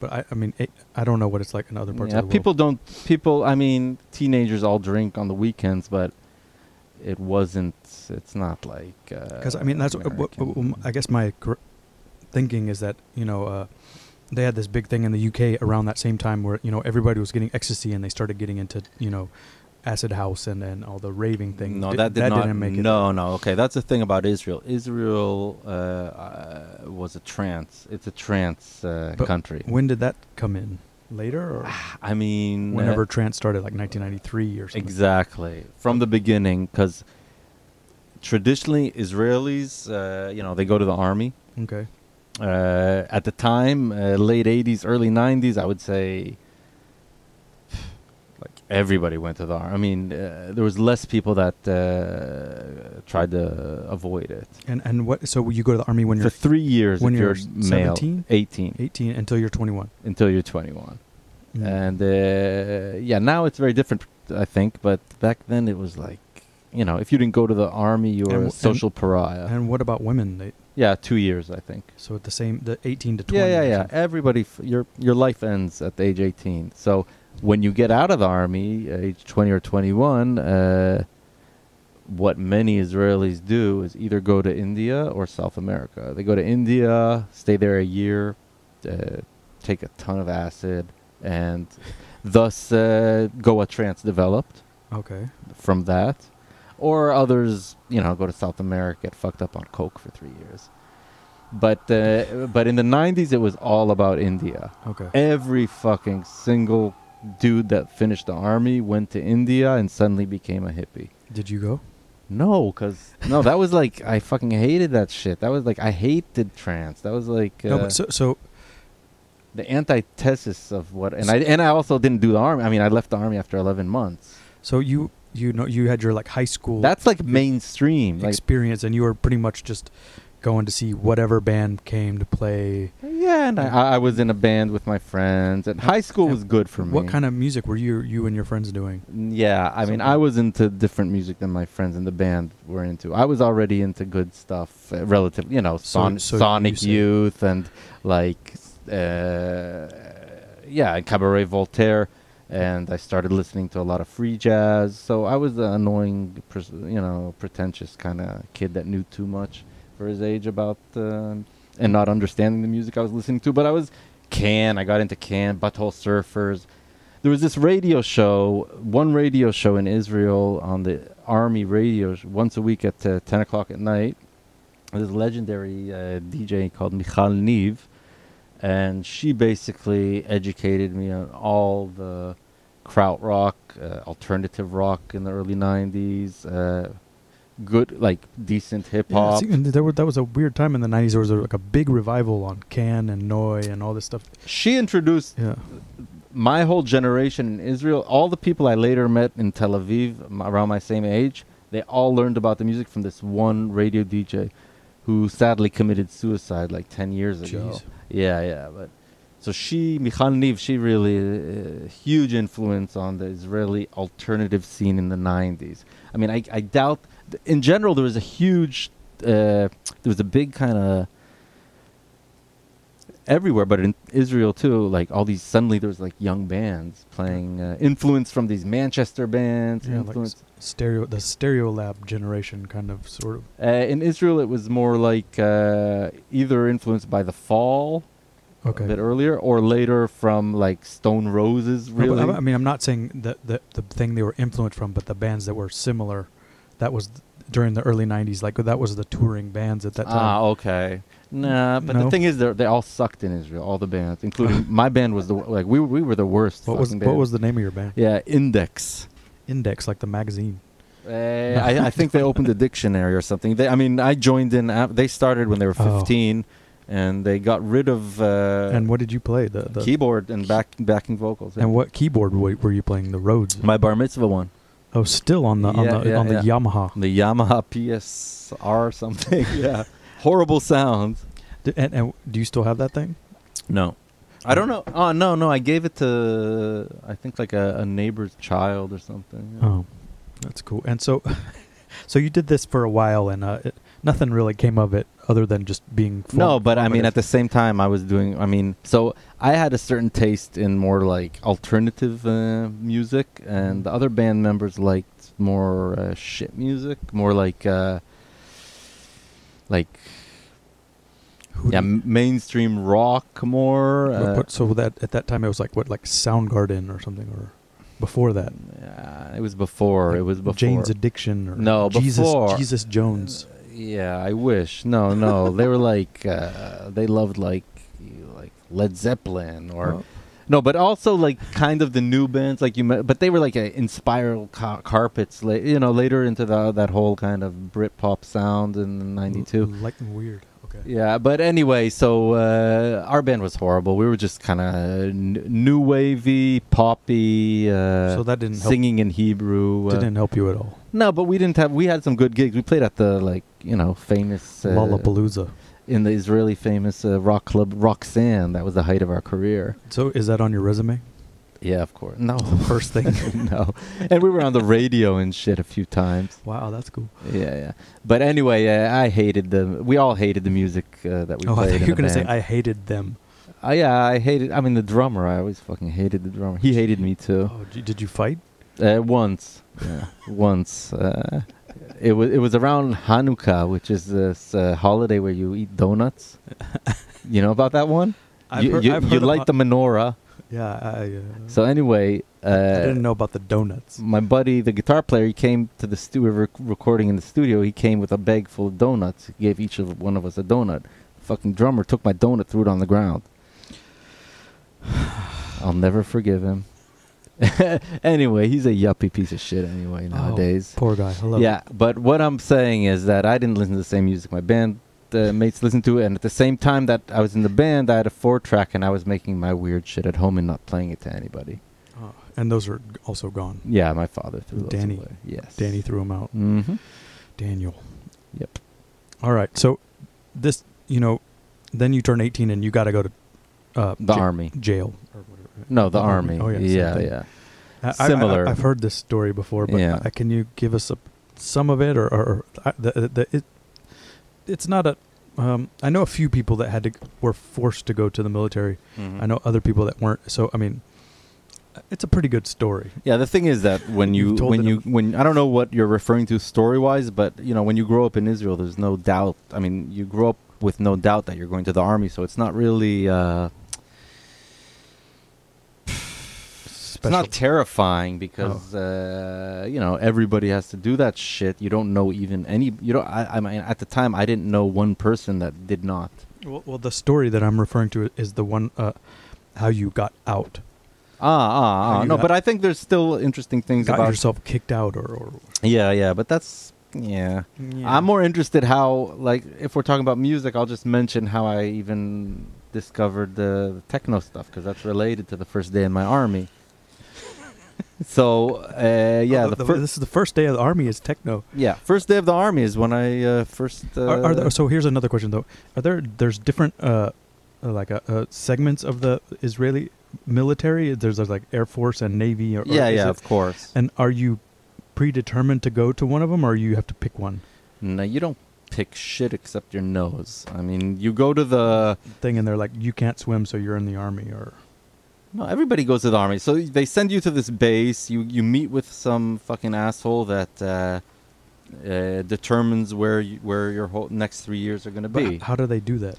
A: But I, I mean, it, I don't know what it's like in other parts
B: yeah,
A: of the world.
B: people don't people. I mean, teenagers all drink on the weekends, but it wasn't. It's not like uh,
A: because I mean that's what, what, what-
B: American.
A: what- I guess my cor- thinking is that you know uh, they had this big thing in the UK around that same time where you know everybody was getting ecstasy and they started getting into you know acid house and, and all the raving thing.
B: No,
A: Di-
B: that did not.
A: didn't make it.
B: no, no. Okay, that's the thing about Israel. Israel uh, uh, was a trance. It's a trance uh,
A: But
B: country.
A: When did that come in? Later or
B: I mean, uh,
A: whenever trance started, like 1993 or something.
B: Exactly. From the beginning, because traditionally Israelis, uh, you know, they go to the army.
A: Okay.
B: Uh, at the time, uh, late 80s, early 90s, I would say like everybody went to the army. I mean, uh, there was less people that uh, tried to avoid it.
A: And and what? So you go to the army when
B: For
A: you're
B: three years,
A: when
B: if
A: you're
B: you're male,
A: 17?
B: 18,
A: 18 until you're 21.
B: until you're 21.
A: Mm.
B: And uh, yeah, now it's very different, I think. But back then it was like, you know, if you didn't go to the army, you
A: And
B: were
A: w-
B: a social pariah.
A: and what about women? They,
B: yeah, two years, I think.
A: so at the same the 18 to 20.
B: Yeah, yeah,
A: or
B: yeah.
A: something.
B: Everybody, f- your your life ends at the age 18. So when you get out of the army, age 20 or 21, uh, what many Israelis do is either go to India or South America. They go to India, stay there a year, uh, take a ton of acid, and thus uh, Goa trance developed
A: Okay.
B: from that. Or others, you know, go to South America, get fucked up on coke for three years. But uh, but in the '90s, it was all about India.
A: Okay.
B: Every fucking single dude that finished the army went to India and suddenly became a hippie.
A: Did you go?
B: No, cause no, that was like I fucking hated that shit. That was like I hated trance. That was like uh,
A: no, but so so
B: the antithesis of what. And I and I also didn't do the army. I mean, I left the army after 11 months.
A: So you you know you had your like high school
B: That's like mainstream. Like
A: experience, and you were pretty much just going to see whatever band came to play.
B: Yeah, and I, I- I was in a band with my friends, and high school
A: Yeah.
B: was good for me.
A: What kind of music were you you and your friends doing?
B: Yeah, I mean,
A: Something.
B: I was into different music than my friends in the band were into. I was already into good stuff, uh, relative, you know,
A: So-
B: son-
A: so you
B: Sonic
A: say-
B: Youth and like, uh, yeah, and Cabaret Voltaire, and I started listening to a lot of free jazz. So I was the annoying, pres- you know, pretentious kind of kid that knew too much for his age about uh, and not understanding the music I was listening to. But I was Can. I got into Can, Butthole Surfers. There was this radio show, one radio show in Israel on the Army radio sh- once a week at uh, 10 o'clock at night. This legendary uh, DJ called Michal Niv, and she basically educated me on all the krautrock, uh, alternative rock in the early 90s, uh, good, like decent hip hop.
A: see, and there were, that was a weird time in the '90s. There was like a big revival on Can and Noi and all this stuff.
B: she introduced
A: Yeah,
B: my whole generation in Israel, all the people I later met in Tel Aviv m- around my same age, they all learned about the music from this one radio DJ who sadly committed suicide like 10 years ago.
A: Jeez.
B: Yeah, yeah, but so she Michal Niv, she really uh, huge influence on the Israeli alternative scene in the 90s. I mean, I I doubt th- in general there was a huge uh, there was a big kind of everywhere, but in Israel too. Like all these, suddenly there was like young bands playing uh, influence from these Manchester bands.
A: yeah, like
B: influence
A: s- stereo the Stereo Lab generation kind of sort of.
B: uh, in Israel, it was more like uh, either influenced by the Fall
A: Okay.
B: a bit earlier, or later from like Stone Roses.
A: No, but
B: Really,
A: I, I mean, I'm not saying that the the thing they were influenced from, but the bands that were similar, that was th- during the early '90s. Like that was the touring bands at that time.
B: Ah, okay. Nah, but
A: No.
B: the thing is, they they all sucked in Israel. All the bands, including my band, was the wo- like we we were the worst.
A: What was
B: fucking
A: what
B: band.
A: was the name of your band?
B: yeah Index?
A: Index, like the magazine.
B: Uh, I, I think they opened a dictionary or something. They, I mean, I joined in. af- They started when they were
A: Oh.
B: fifteen, and they got rid of uh,
A: and what did you play? The, the
B: keyboard and back backing vocals. yeah.
A: and what keyboard were, were you playing? The Rhodes.
B: my bar mitzvah one,
A: Oh, still on the on
B: Yeah,
A: the
B: yeah,
A: on the
B: yeah.
A: Yamaha.
B: the Yamaha PSR something. yeah, horrible sound.
A: D- and, and do you still have that thing?
B: No. I don't know. Oh no, no! I gave it to I think like a, a neighbor's child or something.
A: Oh, that's cool. And so, so you did this for a while, and uh, it, nothing really came of it other than just being. Form-
B: no, but I mean, at
A: formative.
B: the same time, I was doing. I mean, so I had a certain taste in more like alternative uh, music, and the other band members liked more uh, shit music, more like uh, like
A: Who
B: yeah,
A: do
B: m- mainstream rock more.
A: you-
B: Uh,
A: what- so that at that time it was like what, like Soundgarden or something, or before that,
B: yeah, it was before.
A: Like
B: it was before.
A: Jane's Addiction or
B: No,
A: Jesus
B: before. Uh,
A: Jesus Jones.
B: Yeah, I wish. No, no, they were like uh, they loved like like Led Zeppelin or
A: Oh.
B: no, but also like kind of the new bands like you met, but they were like a, in spiral ca- carpets, la- you know, later into the, that whole kind of Britpop sound
A: Mm-hmm.
B: in '92.
A: Oh, L- like and weird. Okay.
B: Yeah, but anyway, so uh, our band was horrible. We were just kind of n- new wavy, poppy, uh,
A: so that didn't help.
B: singing in Hebrew. uh,
A: didn't help you at all.
B: no, but we didn't have. We had some good gigs. We played at the like you know famous uh,
A: Lollapalooza.
B: in the Israeli famous uh, rock club Roxanne. That was the height of our career.
A: So is that on your resume?
B: Yeah, of course. No,
A: First thing.
B: no. And we were on the radio and shit a few times.
A: wow, that's cool.
B: Yeah, yeah. But anyway, uh, I hated the. We all hated the music uh, that we
A: oh, I
B: played.
A: thought
B: in
A: you were
B: the
A: gonna say
B: band.
A: I hated them.
B: Uh, yeah, I hated. I mean, the drummer. I always fucking hated the drummer. He hated me too.
A: Oh, gee, did you fight?
B: Uh, once, yeah, once. Uh, it was it was around Hanukkah, which is this uh, holiday where you eat donuts. you know about that one? you you, you light the menorah.
A: Yeah, I, uh,
B: So uh, anyway,
A: I
B: uh,
A: didn't know about the donuts.
B: my buddy, the guitar player, he came to the stu- we were rec- recording in the studio. He came with a bag full of donuts. He gave each of one of us a donut. Fucking drummer took my donut, threw it on the ground. I'll never forgive him. anyway, he's a yuppie piece of shit. Anyway,
A: Oh,
B: nowadays.
A: Poor guy. Hello.
B: Yeah, but what I'm saying is that I didn't listen to the same music my band uh, mates listened to, and at the same time that I was in the band, I had a four track, and I was making my weird shit at home and not playing it to anybody.
A: Oh, and those are g- also gone.
B: Yeah, my father threw those
A: Danny.
B: away. Yes,
A: Danny threw them out.
B: Mm-hmm.
A: Daniel.
B: Yep.
A: All right. So this, you know, then you turn 18 and you got to go to uh,
B: The
A: ja-
B: army.
A: jail or whatever.
B: No, the army.
A: Oh yeah. same
B: yeah,
A: thing.
B: yeah.
A: I- I,
B: Similar.
A: I, have heard this story before, but
B: Yeah.
A: I, can you give us a, some of it, or, or, or I- the, the, the it, it's not a. Um, I know a few people that had to were forced to go to the military.
B: Hmm. Mm-hmm.
A: I know other people that weren't. So I mean, it's a pretty good story.
B: Yeah, the thing is that when you
A: You've told
B: when
A: it
B: you when I don't know what you're referring to story wise, but you know when you grow up in Israel, there's no doubt. I mean, you grow up with no doubt that you're going to the army, so it's not really. Uh, It's
A: Special.
B: not terrifying because uh, you know everybody has to do that shit. You don't know even any. You don't. I, I mean, at the time, I didn't know one person that did not.
A: well, well, the story that I'm referring to is the one uh, how you got out,
B: Ah, ah, ah.
A: you
B: No,
A: got-
B: but I think there's still interesting things
A: got
B: about.
A: yourself kicked out, or, or
B: Yeah, yeah. But that's yeah. I'm more interested how like if we're talking about music, I'll just mention how I even discovered the techno stuff because that's related to the first day in my army. so uh, yeah,
A: Oh, the-
B: the,
A: the-
B: fir-
A: this is the first day of the army is techno.
B: yeah first day of the army is when I uh, first. Uh,
A: are, are there, oh, so here's another question though are there there's different uh uh, like uh, uh segments of the israeli military there's, there's like air force and navy or, or
B: yeah,
A: is
B: yeah,
A: it-
B: of course.
A: and are you predetermined to go to one of them or you have to pick one
B: No, you don't pick shit except your nose. I mean, you go to the
A: thing and they're like you can't swim so you're in the army or
B: no. Everybody goes to the army, so they send you to this base. You you meet with some fucking asshole that uh, uh, determines where you, where your whole next three years are gonna
A: but
B: be.
A: h- how do they do that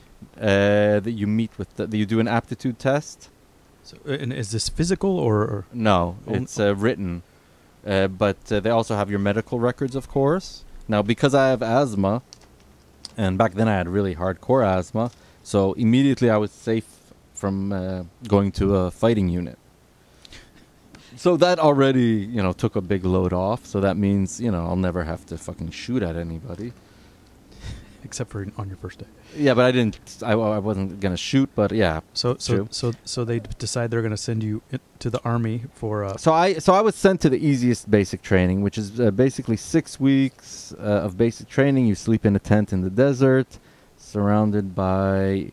B: Uh, that you meet with, the, that you do an aptitude test.
A: so uh, and is this physical or, or
B: No,
A: Oh, n-
B: it's uh, written, uh, but uh, they also have your medical records, of course. Now, because I have asthma, and back then I had really hardcore asthma, so immediately I was safe from uh, going to a fighting unit. So that already, you know, took a big load off. So that means, you know, I'll never have to fucking shoot at anybody.
A: except for on your first day.
B: Yeah, but I didn't. I, I wasn't gonna shoot, but yeah.
A: So so
B: True.
A: so so they d- decide they're going to send you i- to the army for uh,
B: So I so I was sent to the easiest basic training, which is uh, basically six weeks uh, of basic training. You sleep in a tent in the desert, surrounded by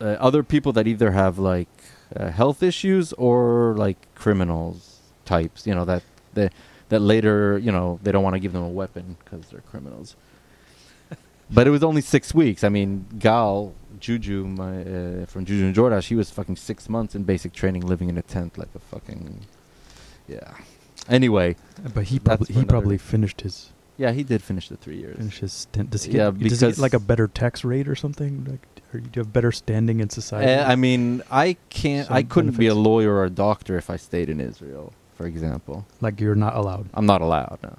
B: uh, other people that either have like uh, health issues or like criminals types. You know that that that later you know they don't want to give them a weapon because they're criminals. but it was only six weeks. I mean, Gal Juju, my uh, from Juju and Jordash, he was fucking six months in basic training, living in a tent like a fucking, yeah. Anyway,
A: but he
B: That's
A: probably
B: for
A: he
B: another-
A: probably finished his
B: yeah, he did finish the three years.
A: finish his stint. Does he get,
B: Yeah,
A: does he get
B: because-
A: like a better tax rate or something? Like or do you have better standing in society?
B: Uh, I mean, I can't. I
A: Some
B: couldn't be a
A: benefits.
B: lawyer or a doctor if I stayed in Israel, for example.
A: like you're not allowed.
B: I'm not allowed. No.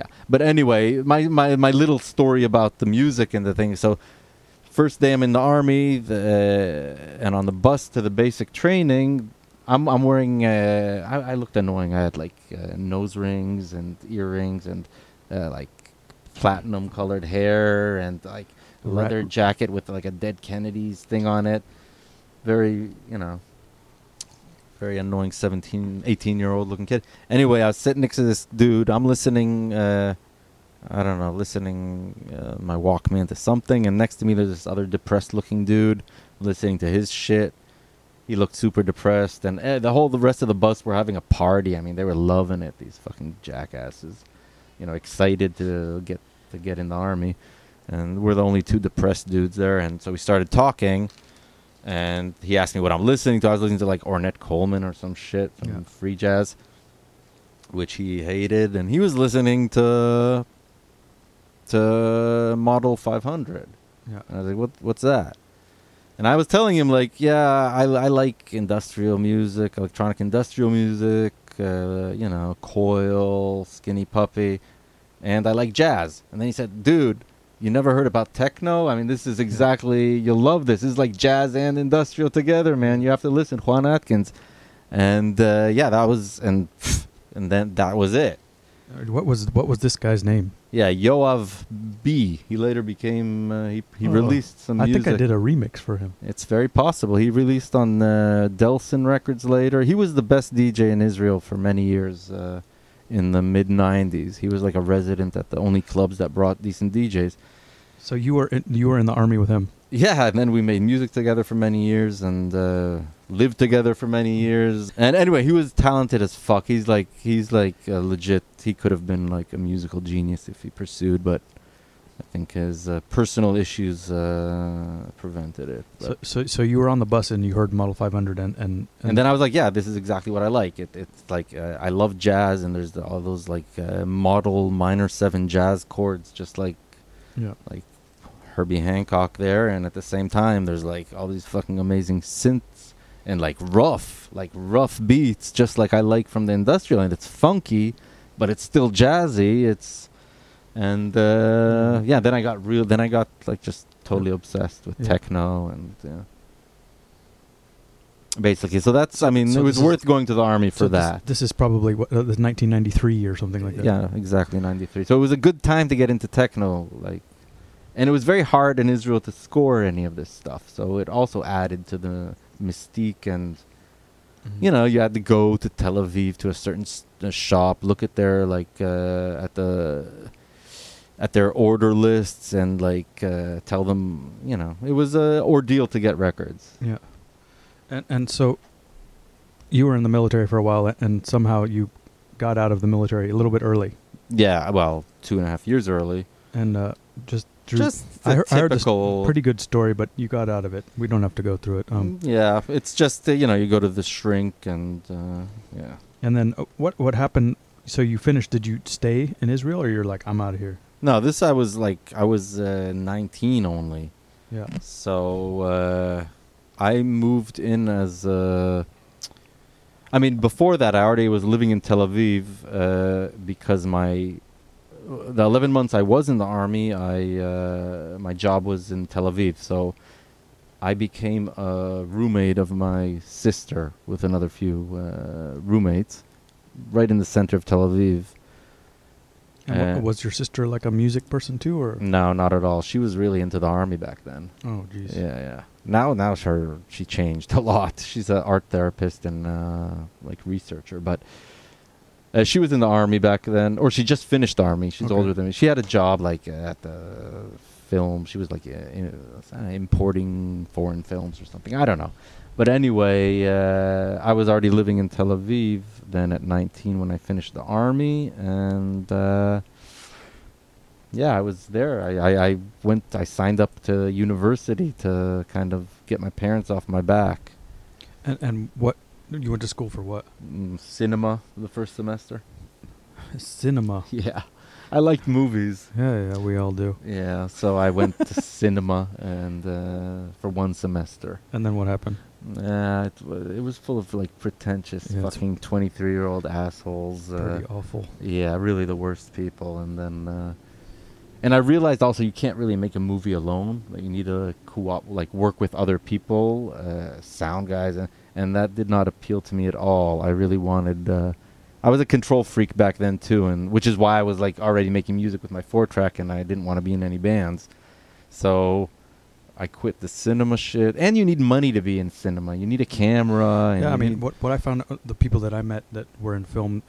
B: Yeah, but anyway, my my my little story about the music and the thing. So, first day I'm in the army, the, and on the bus to the basic training, I'm I'm wearing. Uh, I, I looked annoying. I had like uh, nose rings and earrings and uh, like platinum colored hair and like
A: Right.
B: leather jacket with like a dead Kennedy's thing on it. Very, you know, very annoying 17, 18 year old looking kid. Anyway, I was sitting next to this dude. I'm listening, uh, I don't know, listening uh, my Walkman to something. And next to me, there's this other depressed looking dude listening to his shit. He looked super depressed. And eh, the whole the rest of the bus were having a party. I mean, they were loving it, these fucking jackasses. You know, excited to get to get in the army. And we're the only two depressed dudes there. And so we started talking and he asked me what I'm listening to. I was listening to like Ornette Coleman or some shit, some
A: Yeah.
B: free jazz, which he hated, and he was listening to to Model 500.
A: Yeah.
B: And I was like, "What? What's that?" And I was telling him like, "Yeah, I, I like industrial music, electronic industrial music, uh, you know, Coil, Skinny Puppy, and I like jazz." And then he said, "Dude." You never heard about techno? I mean, this is exactly, you'll love this. This is like jazz and industrial together, man. You have to listen, Juan Atkins. And uh, yeah, that was, and, and then that was it.
A: Uh, What was what was this guy's name?
B: Yeah, Yoav B. He later became, uh, he, he
A: Oh,
B: released some
A: I
B: music.
A: think I did a remix for him.
B: It's very possible. He released on uh, Delson Records later. He was the best DJ in Israel for many years uh, in the mid 90s. He was like a resident at the only clubs that brought decent DJs.
A: So you were in, you were in the army with him.
B: yeah, and then we made music together for many years and uh, lived together for many years. And anyway, he was talented as fuck. He's like he's like uh, legit. He could have been like a musical genius if he pursued, but I think his uh, personal issues uh, prevented it. But-
A: So, so so you were on the bus and you heard Model 500 and and
B: and then I was like, yeah, this is exactly what I like. It, it's like uh, I love jazz, and there's the, all those like uh, model minor seven jazz chords, just like
A: yeah.
B: Herbie Hancock there, and at the same time, there's like all these fucking amazing synths and like rough, like rough beats, just like I like from the industrial end. It's funky, but it's still jazzy. It's and uh, yeah, then I got real. Then I got like just totally obsessed with
A: Mm-hmm. Yeah.
B: techno and yeah. Basically, so that's I mean
A: So
B: it
A: this
B: was
A: is-
B: worth going to the army for
A: So this-
B: that.
A: This, is probably what uh, this 1993 or something like that.
B: Yeah, exactly, 93. So it was a good time to get into techno, like, and it was very hard in Israel to score any of this stuff. So it also added to the mystique, and
A: Mhm.
B: you know, you had to go to Tel Aviv to a certain s- uh, shop, look at their like uh, at the at their order lists, and like uh, tell them, you know, it was a ordeal to get records.
A: Yeah. And and so you were in the military for a while a- and somehow you got out of the military a little bit early
B: Yeah, well, two and a half years early.
A: and uh, just drew
B: Just
A: I,
B: the
A: heard- I heard this
B: typical.
A: pretty good story but you got out of it. We don't have to go through it. Um
B: Mm-hmm. yeah, it's just uh, you know you go to the shrink and uh, yeah.
A: and then uh, what what happened so you finished did you stay in Israel or you're like I'm out of here.
B: No, this I was like I was uh, 19 only,
A: Yeah.
B: so uh, I moved in as a. I mean, before that, I already was living in Tel Aviv uh, because my the 11 months I was in the army, I uh, my job was in Tel Aviv, so I became a roommate of my sister with another few uh, roommates, right in the center of Tel Aviv.
A: And
B: Uh, Mm.
A: wa- was your sister like a music person too, or?
B: No, not at all. She was really into the army back then.
A: Oh, jeez.
B: Yeah, yeah. Now, now her she changed a lot. She's an art therapist and uh, like researcher, but uh, she was in the army back then, or she just finished the army. She's
A: Okay.
B: older than me. She had a job like uh, at the film. She was like uh, in, uh, importing foreign films or something. I don't know. But anyway, uh, I was already living in Tel Aviv then at 19 when I finished the army, and uh, yeah, I was there. I, I, I went. I signed up to university to kind of get my parents off my back.
A: And and what you went to school for? What
B: Mm, Cinema the first semester.
A: cinema?
B: Yeah, I liked movies.
A: Yeah, yeah, we all do.
B: Yeah, so I went to cinema and uh, for one semester.
A: And then what happened?
B: Nah, it, wa- it was full of like pretentious
A: Yeah, it's
B: fucking twenty-three-year-old assholes. Uh,
A: Pretty awful.
B: yeah, really the worst people. And then, uh, and I realized also you can't really make a movie alone. Like you need to co-op, like work with other people, uh, sound guys, and and that did not appeal to me at all. I really wanted. Uh, I was a control freak back then too, and which is why I was like already making music with my four track, and I didn't want to be in any bands. So. I quit the cinema shit, and you need money to be in cinema. You need a camera. And
A: Yeah, I
B: you
A: mean,
B: need-
A: what what I found uh, the people that I met that were in film,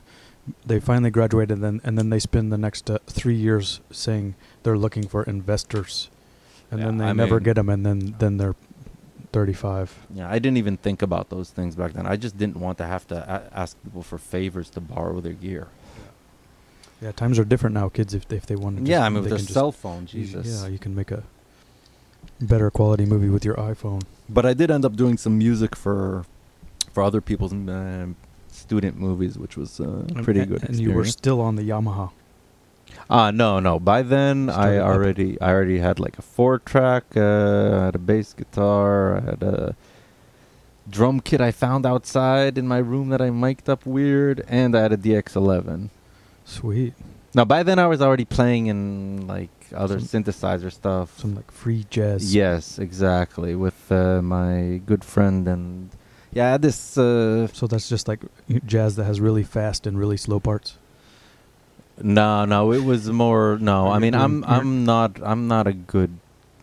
A: they finally graduated, and then and then they spend the next uh, three years saying they're looking for investors, and
B: Yeah,
A: then they
B: I
A: never
B: mean-
A: get 'em get them, and then then they're thirty five.
B: Yeah, I didn't even think about those things back then. I just didn't want to have to a- ask people for favors to borrow their gear.
A: Yeah, times are different now. Kids, if they, if they want to, just,
B: yeah, I mean,
A: they
B: with their
A: can just-
B: cell phone,
A: you-
B: Jesus.
A: Yeah, you can make a better quality movie with your iPhone.
B: But I did end up doing some music for for other people's uh, student movies, which was uh,
A: And-
B: pretty
A: and-
B: good.
A: And you were
B: experience.
A: still on the Yamaha.
B: Ah, no, no. By then, I
A: Started up.
B: already, I already had like a four track. Uh, I had a bass guitar. I had a drum kit I found outside in my room that I mic'd up weird, and I had a DX11.
A: Sweet.
B: Now, by then I was already playing in like other
A: Some-
B: synthesizer stuff.
A: Some like free jazz.
B: yes, exactly. With uh, my good friend and yeah, I had this uh,
A: So that's just like jazz that has really fast and really slow parts.
B: no, no, it was more no. I
A: You're
B: mean, I'm
A: doing- you're-
B: I'm not I'm not a good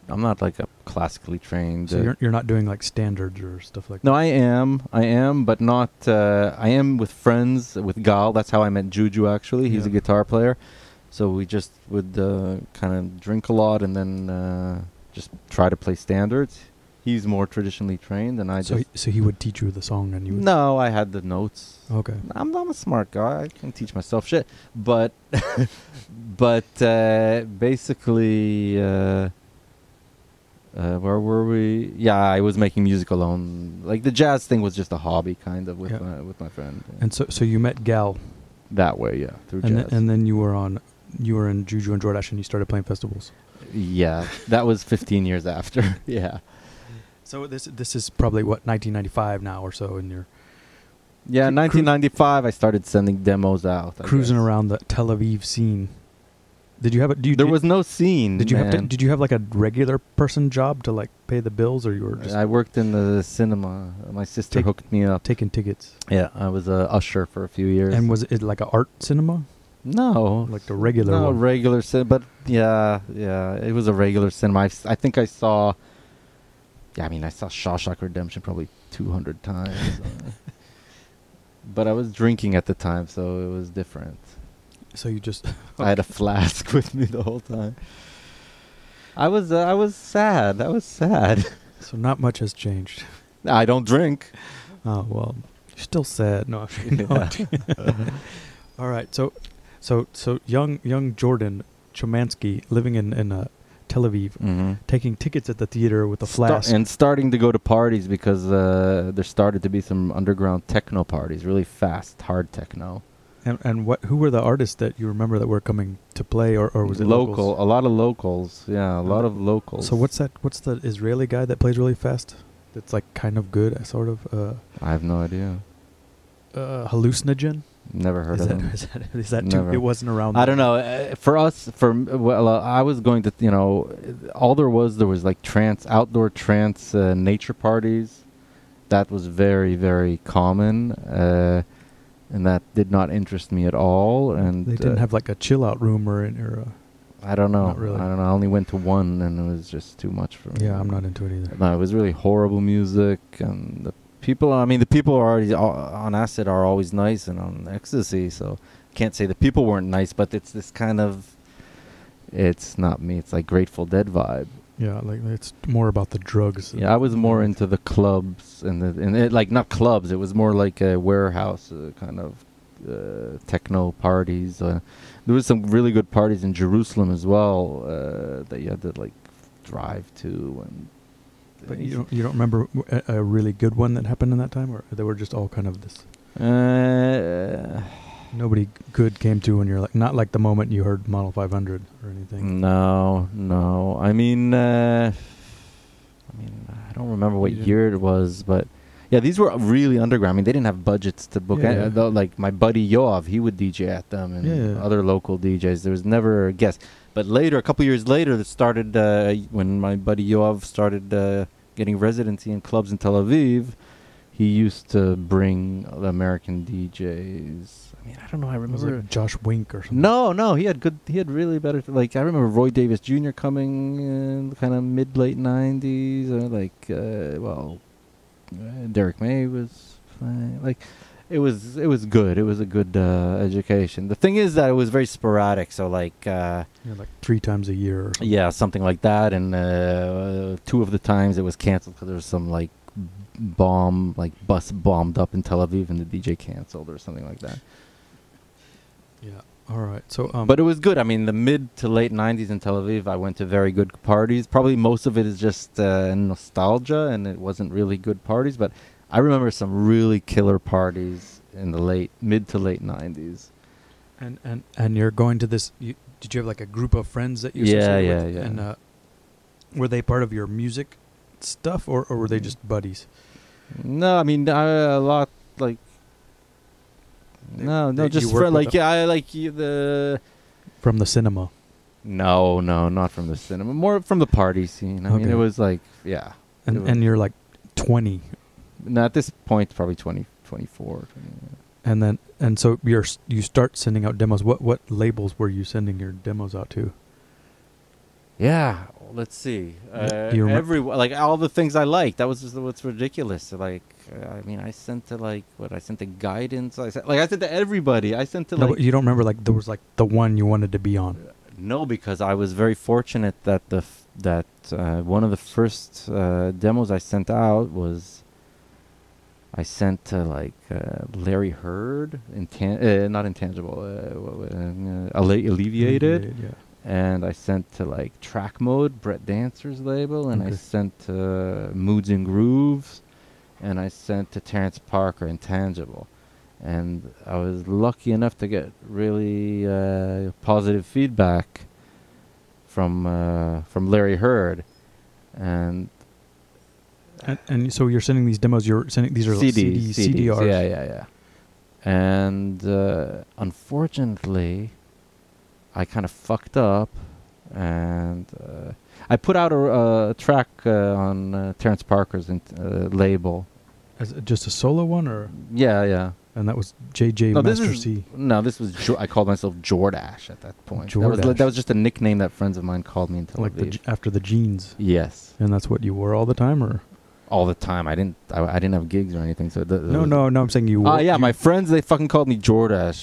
B: I'm not like a classically trained.
A: So
B: uh,
A: you're, you're not doing like standards or stuff like
B: no, I am. I am, but not. Uh, I am with friends with Gal. That's how I met Juju. Actually, he's
A: Yeah.
B: a guitar player, so we just would uh, kind of drink a lot and then uh, just try to play standards. He's more traditionally trained, and I
A: that. So
B: just
A: he, so he would teach you the song and you would.
B: no. I had the notes.
A: Okay.
B: I'm, I'm a smart guy. I can teach myself shit. But but uh, basically, uh, uh, where were we? Yeah, I was making music alone. Like the jazz thing was just a hobby, kind of, with
A: Yeah.
B: my, with my friend.
A: And so so you met Gal
B: that way, yeah, through
A: and
B: jazz.
A: then, and then you were on you were in Juju and Jordash and you started playing festivals.
B: yeah, that was 15 years after. yeah,
A: So this this is probably what 1995 now or so in your
B: yeah.
A: Cru-
B: 1995, I started sending demos out. I
A: cruising
B: guess.
A: around the Tel Aviv scene. Did you have a do you
B: There
A: did,
B: was no scene.
A: did you have to,
B: man.
A: did you have like a regular person job to like pay the bills or you were just
B: I worked in the cinema. My sister
A: Take-
B: hooked me up.
A: taking tickets?
B: Yeah, I was a usher for a few years.
A: And was it like a art cinema?
B: no,
A: Like the regular
B: no
A: one.
B: regular cinema, but yeah, yeah, it was a regular cinema. I've, si think I saw. Yeah, I mean, I saw Shawshank Redemption probably two hundred times. uh, but I was drinking at the time, so it was different.
A: so you just
B: I had a flask with me the whole time. I was, uh, I was sad. I was sad.
A: so not much has changed.
B: I don't drink.
A: Oh well, you're still sad. No, I'm not. All right. So, so so young young Jordan Chomansky living in in uh, Tel Aviv,
B: Mm-hmm.
A: taking tickets at the theater with a
B: Sta-
A: flask.
B: and starting to go to parties because uh, there started to be some underground techno parties, really fast, hard techno.
A: and and what who were the artists that you remember that were coming to play or, or was it
B: local?
A: locals?
B: A lot of locals, yeah, a lot of locals.
A: So what's that? What's the Israeli guy that plays really fast? That's like kind of good, uh, sort of uh,
B: I have no idea.
A: uh, hallucinogen.
B: Never heard
A: Is
B: of
A: that,
B: them.
A: is that is that too?
B: Never.
A: It wasn't around.
B: I
A: then.
B: don't know. Uh, for us, for m- well, uh, I was going to, you know, all there was there was like trance, outdoor trance, uh, nature parties. That was very very common. Uh, and that did not interest me at all. And
A: They didn't
B: uh,
A: have like a chill out room or an or a,
B: I don't know.
A: Not really.
B: I don't know. I only went to one, and it was just too much for me.
A: Yeah, I'm not into it either.
B: No, it was really horrible music, and the people. I mean, the people are already al- on acid are always nice, and on ecstasy, so can't say the people weren't nice. But it's this kind of, it's not me. It's like Grateful Dead vibe.
A: Yeah, like it's more about the drugs.
B: Yeah, I was more into the clubs and the and it, like not clubs. It was more like a warehouse uh, kind of uh, techno parties. Uh, there was some really good parties in Jerusalem as well uh, that you had to like drive to and.
A: But you don't, you don't remember w- a, a really good one that happened in that time, or they were just all kind of this.
B: Uh,
A: Nobody good came to when you're like not like the moment you heard Model 500 or
B: Mm.
A: anything.
B: no, no. I mean, uh, I mean, I don't remember what
A: You didn't-
B: year it was, but. Yeah, these were really underground. I mean, they didn't have budgets to book.
A: Yeah,
B: any-
A: yeah.
B: Though, like my buddy Yoav, he would DJ at them and
A: Yeah, yeah.
B: other local DJs. There was never a guest. But later, a couple years later, it started uh, when my buddy Yoav started uh, getting residency in clubs in Tel Aviv. He used to bring the American DJs. I mean, I don't know. I
A: was
B: remember
A: it Josh Wink or something?
B: no, no, he had good. He had really better. Like I remember Roy Davis Jr. coming in kind of mid late '90s, or like uh, well, uh, Derek May was fine. Like it was, it was good. It was a good uh, education. The thing is that it was very sporadic. So like. Uh,
A: Yeah, like three times a year. Or something.
B: yeah, something like that. And uh, two of the times it was canceled because there was some like b- bomb, like bus bombed up in Tel Aviv, and the DJ canceled or something like that.
A: Yeah. All right. So, um,
B: but it was good. I mean, the mid to late '90s in Tel Aviv, I went to very good parties. Probably most of it is just uh, nostalgia, and it wasn't really good parties. But I remember some really killer parties in the late mid to late '90s.
A: and and and you're going to this. You, did you have like a group of friends that you?
B: Yeah,
A: associated with?
B: yeah, yeah.
A: And uh, were they part of your music stuff, or or were
B: Mm.
A: they just buddies?
B: No, I mean I, a lot like.
A: They-
B: no,
A: they-
B: no,
A: you
B: just
A: work
B: for
A: with
B: like
A: them?
B: yeah, I like you- the.
A: from the cinema.
B: No, no, not from the cinema. More from the party scene. I mean,
A: Okay.
B: it was like yeah. It
A: And
B: was-
A: and you're like 20
B: Now at this point, probably 20, 24. 20,
A: and then and so you're s- you start sending out demos. What what labels were you sending your demos out to?
B: Yeah, let's see.
A: Yeah,
B: Uh,
A: do you remem-
B: every like all the things I liked. That was just what's ridiculous. Like, uh, I mean, I sent to like what I sent to guidance. I sent like I sent to everybody. I sent to
A: No,
B: like
A: but you don't remember like there was like the one you wanted to be on.
B: no because I was very fortunate that the f- that uh, one of the first uh, demos I sent out was I sent to like uh, Larry Heard, intan- uh, not intangible, uh, what wa- uh, alle- alleviated
A: Yeah.
B: and I sent to like Track Mode, Brett Dancer's label, and I
A: Okay.
B: sent to Moods and Grooves, and I sent to Terrence Parker, Intangible. And I was lucky enough to get really uh, positive feedback from uh, from Larry Heard, and
A: And, and so you're sending these demos. You're sending these are like CD, CDRs.
B: Yeah, yeah, yeah. And uh, unfortunately, I kind of fucked up, and uh, I put out a, a track uh, on uh, Terrence Parker's int- uh, label.
A: As, just a solo one, or
B: Yeah, yeah.
A: and that was JJ
B: No, this
A: Master
B: is-
A: C.
B: No, this was jo- I called myself Jordash at that point. That was,
A: Jordash.
B: that was just a nickname that friends of mine called me in Tel
A: Like the
B: Aviv.
A: j- after the jeans,
B: yes,
A: and that's what you wore all the time, or
B: all the time. I didn't. I, I didn't have gigs or anything. So th-
A: no, no, no. I'm saying you.
B: Oh
A: wore-
B: yeah,
A: you-
B: my friends they fucking called me Jordash.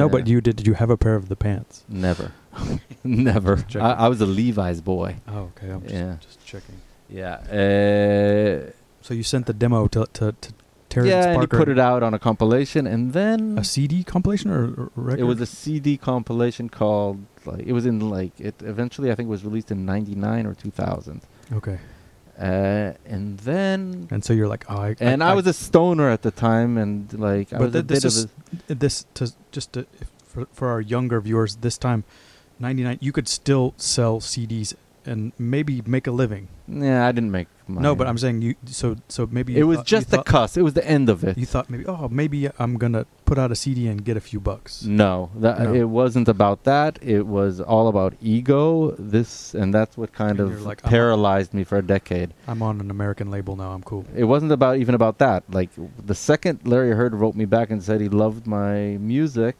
A: No, but
B: Yeah.
A: you did. Did you have a pair of the pants?
B: Never. Never.
A: Checking.
B: I, I was a Levi's boy.
A: Oh, okay. I'm
B: just- Yeah.
A: just checking.
B: Yeah. Uh,
A: So you sent the demo to to, to Terrence
B: yeah, and he
A: Parker.
B: put it out on a compilation, and then
A: a CD compilation or, or record?
B: it was a CD compilation called, like, it was in, like, it eventually, I think, was released in 99 or 2000.
A: okay.
B: Uh, and then,
A: And so you're like, oh, I,
B: and I, was a stoner at the time, and, like, I
A: But
B: was
A: th-
B: a
A: this
B: bit
A: is-
B: of
A: this to just to, if, for for our younger viewers this time, ninety nine. You could still sell CDs and maybe make a living.
B: Yeah, I didn't make money.
A: No, but I'm saying you. So so maybe you
B: It was
A: thought- you
B: just the
A: thought-
B: cuss. It was the end of it.
A: You thought maybe oh maybe I'm gonna put out a CD and get a few bucks.
B: No, that
A: No.
B: it wasn't about that. It was all about ego. This and that's what kind
A: And you're
B: of
A: like, uh-huh. I'm-
B: paralyzed me for a decade.
A: I'm on an American label now. I'm cool.
B: It wasn't about even about that. Like the second Larry Heard wrote me back and said he loved my music,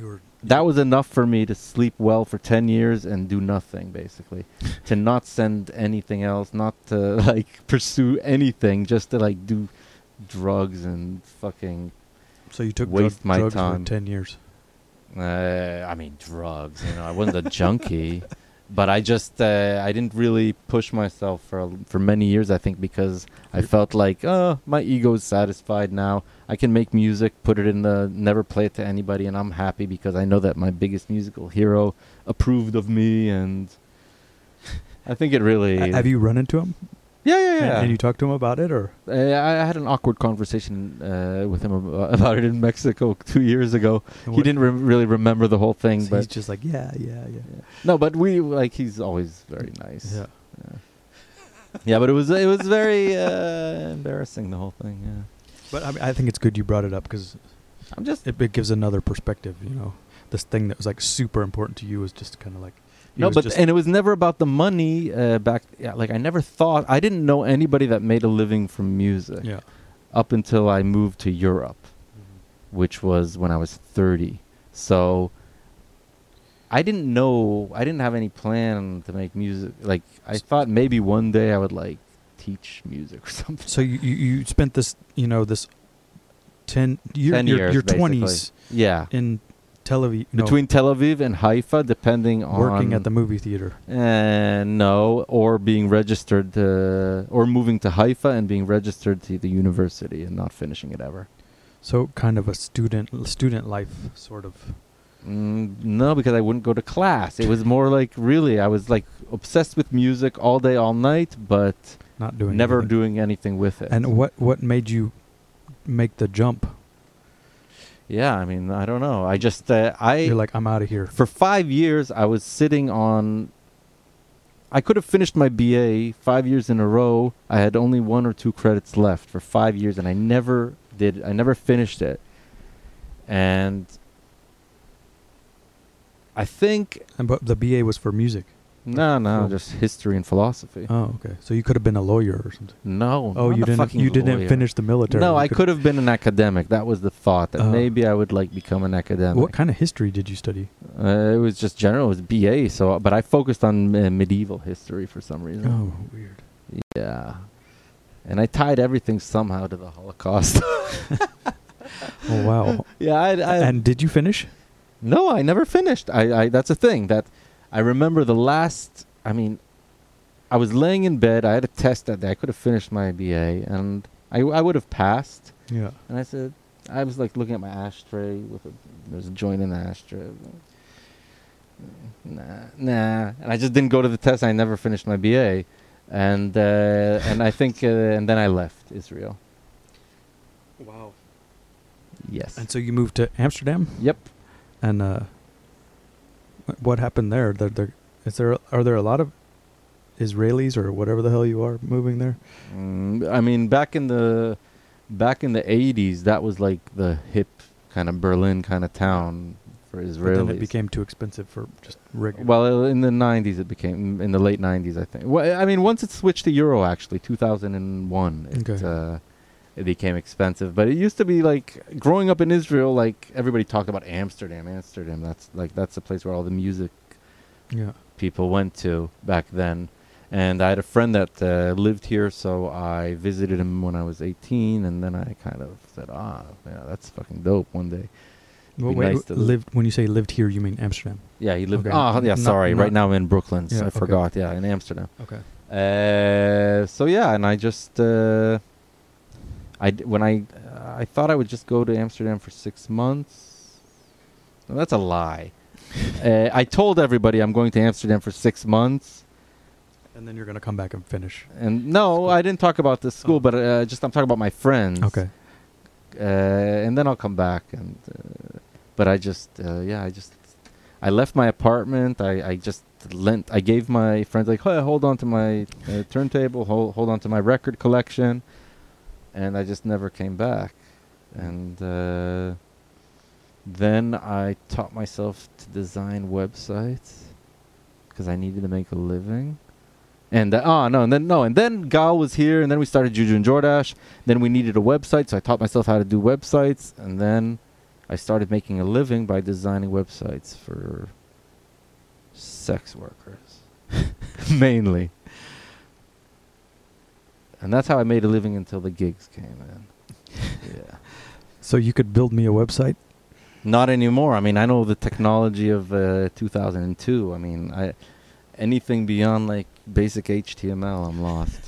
A: You were
B: that was enough for me to sleep well for 10 years and do nothing basically to not send anything else not to like pursue anything just to like do drugs and fucking
A: so you took
B: waste
A: drug-
B: my
A: drugs
B: time.
A: for ten years.
B: uh, i mean drugs you know i wasn't a junkie but i just uh, i didn't really push myself for a- for many years i think because i felt like oh my ego is satisfied now i can make music put it in the never play it to anybody and i'm happy because i know that my biggest musical hero approved of me and i think it really
A: Ha- have you run into him?
B: yeah yeah
A: And-
B: yeah
A: And, you talked to him about it, or
B: uh, I I had an awkward conversation uh, with him ab- about it in Mexico two years ago.
A: and
B: He
A: what-
B: didn't re- really remember the whole thing,
A: so
B: but
A: he's just like yeah, yeah, yeah.
B: no, but we like he's always very nice.
A: Yeah.
B: Yeah, but it was it was very uh, embarrassing the whole thing. Yeah,
A: But I, mean, I think it's good you brought it up because
B: I'm just
A: it, it gives another perspective. You know, this thing that was like super important to you is just kind of like it
B: no,
A: was
B: but
A: just-
B: and it was never about the money. Uh, back yeah, like I never thought I didn't know anybody that made a living from music
A: yeah.
B: up until I moved to Europe, which was when I was 30. So I didn't know I didn't have any plan to make music. Like I thought maybe one day I would like teach music or something.
A: So you, you you spent this you know this ten, your,
B: 10
A: your,
B: years,
A: your
B: basically.
A: twenties
B: Yeah.
A: in Tel Aviv no,
B: Between Tel Aviv and Haifa, depending on
A: working at the movie theater.
B: And no, or being registered to, or moving to Haifa and being registered to the university and not finishing it ever.
A: So kind of a student student life sort of.
B: Mm, no, because I wouldn't go to class. It was more like really, I was like obsessed with music all day, all night, but
A: not doing
B: never
A: anything.
B: doing anything with it.
A: and what what made you make the jump
B: yeah, I mean, I don't know. I just, uh, I
A: you're like i'm out of here
B: for five years I was sitting on. I could have finished my BA five years in a row. I had only one or two credits left for five years, and I never did. I never finished it, and I think Oh.
A: and but the ba was for music
B: no, no,
A: Cool.
B: just history and philosophy.
A: oh okay so you could have been a lawyer or something
B: no,
A: oh
B: not
A: you
B: a
A: didn't
B: fucking
A: you didn't
B: lawyer.
A: finish the military
B: No,
A: You
B: I could have been an academic. That was the thought that
A: Oh.
B: maybe I would like become an academic.
A: what kind of history did you study
B: Uh, it was just general. It was BA. So, but I focused on uh, medieval history for some reason.
A: oh weird
B: Yeah, and I tied everything somehow to the Holocaust.
A: oh wow
B: yeah, I, I
A: and did you finish
B: no, I never finished. I, I that's a thing that I remember the last. I mean, I was laying in bed. I had a test that day. I could have finished my BA, and I I would have passed.
A: yeah
B: And I said, I was like looking at my ashtray with a there's a joint in the ashtray. Nah, nah. And I just didn't go to the test. I never finished my BA, and uh, and I think uh, and then I left Israel.
A: wow
B: Yes.
A: and so you moved to amsterdam
B: yep.
A: and uh wh- what happened there there, there is there are there a lot of israelis or whatever the hell you are moving there
B: Mm, I mean, back in the back in the '80s, that was like the hip kind of Berlin kind of town for
A: but then it
B: Israelis.
A: became too expensive for just regular
B: Well, uh, in the '90s, it became mm, in the late '90s, I think. Well, I mean, once it switched to euro, actually, 2001, it,
A: Okay.
B: uh, it became expensive. But it used to be like growing up in Israel, like everybody talked about Amsterdam, Amsterdam. That's like that's the place where all the music
A: yeah
B: people went to back then. And I had a friend that uh, lived here, so I visited him when I was 18, and then I kind of said, "Ah, yeah, that's fucking dope." One day,
A: Well,
B: be
A: wait,
B: nice to live.
A: lived when you say lived here, you mean Amsterdam?
B: yeah, he lived.
A: Okay.
B: Ah, yeah,
A: Not-
B: sorry.
A: not-
B: right now I'm in Brooklyn. so
A: Yeah,
B: I
A: okay.
B: forgot. Yeah, in Amsterdam.
A: Okay.
B: Uh, so yeah, and I just uh, I d- when I I thought I would just go to Amsterdam for six months. No, that's a lie. uh, I told everybody I'm going to Amsterdam for six months,
A: And then you're gonna come back and finish.
B: and no,
A: School.
B: I didn't talk about the school,
A: Oh.
B: but uh, just I'm talking about my friends.
A: Okay.
B: uh, and then I'll come back. And uh, but I just uh, yeah, I just I left my apartment. I, I just lent. I gave my friends like, hey, hold on to my uh, turntable. Hold hold on to my record collection, and I just never came back. And uh, then I taught myself to design websites because I needed to make a living. And uh, oh no, and then no, and then Gal was here, and then we started Juju and Jordash. Then we needed a website, so I taught myself how to do websites, and then I started making a living by designing websites for sex workers, mainly. And that's how I made a living until the gigs came in. yeah,
A: So you could build me a website.
B: not anymore. I mean, I know the technology of uh, 2002. I mean, I anything beyond like basic HTML, I'm lost.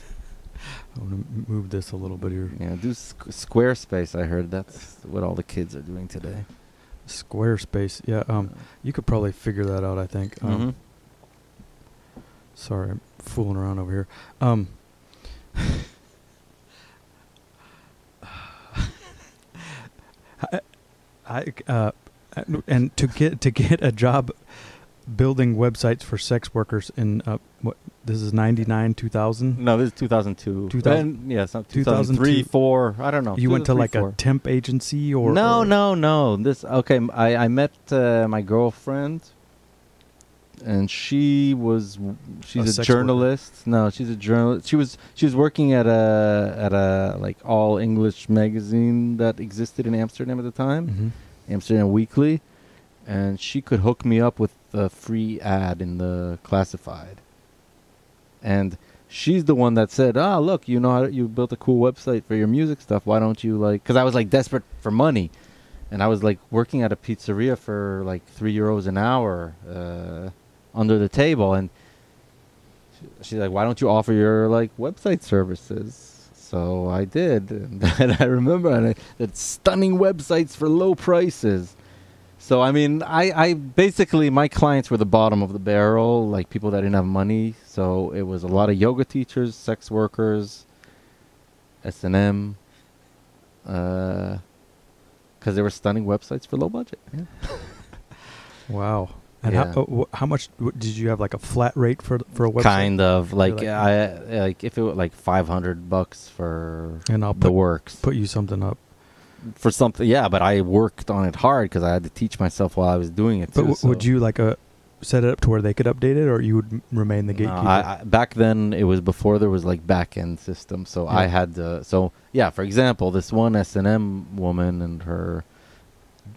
A: I'm gonna m- move this a little bit here.
B: Yeah, do squ- Squarespace. I heard that's what all the kids are doing today.
A: Squarespace. Yeah. Um, you could probably figure that out. I think. Um,
B: Mhm.
A: Sorry, I'm fooling around over here. Um, I, I, uh, and to get to get a job building websites for sex workers in uh, what this is ninety nine two thousand.
B: No, this is 2002.
A: 2000
B: Then- yeah, some
A: 2003,
B: 2003, 4. I don't know.
A: you went to like
B: 2003,
A: a temp agency or
B: no,
A: or-
B: no, no. This okay. m- I I met uh, my girlfriend, and she was w-
A: A
B: she's a,
A: sex worker.
B: journalist. No, she's a journalist. She was she was working at a at a like all English magazine that existed in Amsterdam at the time.
A: Mhm.
B: Amsterdam Weekly, and she could hook me up with a free ad in the classified. And she's the one that said, "Ah, look, you know, how you built a cool website for your music stuff. Why don't you like?" Because I was like desperate for money, and I was like working at a pizzeria for like three euros an hour uh, under the table, and she- she's like, "Why don't you offer your like website services?" So I did, and I remember and I, that stunning websites for low prices. So I mean, I, I basically my clients were the bottom of the barrel, like people that didn't have money. So it was a lot of yoga teachers, sex workers, S and M, because they were stunning websites for low budget. Yeah.
A: Wow. And
B: Yeah.
A: how, uh, wh- how much w- did you have like a flat rate for th- for a website?
B: Kind of like,
A: like-
B: I like if it were like five hundred bucks for
A: And I'll
B: the
A: put,
B: works.
A: put you something up.
B: for something. Yeah, but I worked on it hard because I had to teach myself while I was doing it.
A: But
B: too,
A: w- would
B: so-
A: you like uh, set it up to where they could update it, or you would m- remain the
B: No,
A: gatekeeper?
B: I, I, back then, it was before there was like back end system, so I
A: Yeah.
B: had to. So yeah, for example, this one S and M woman and her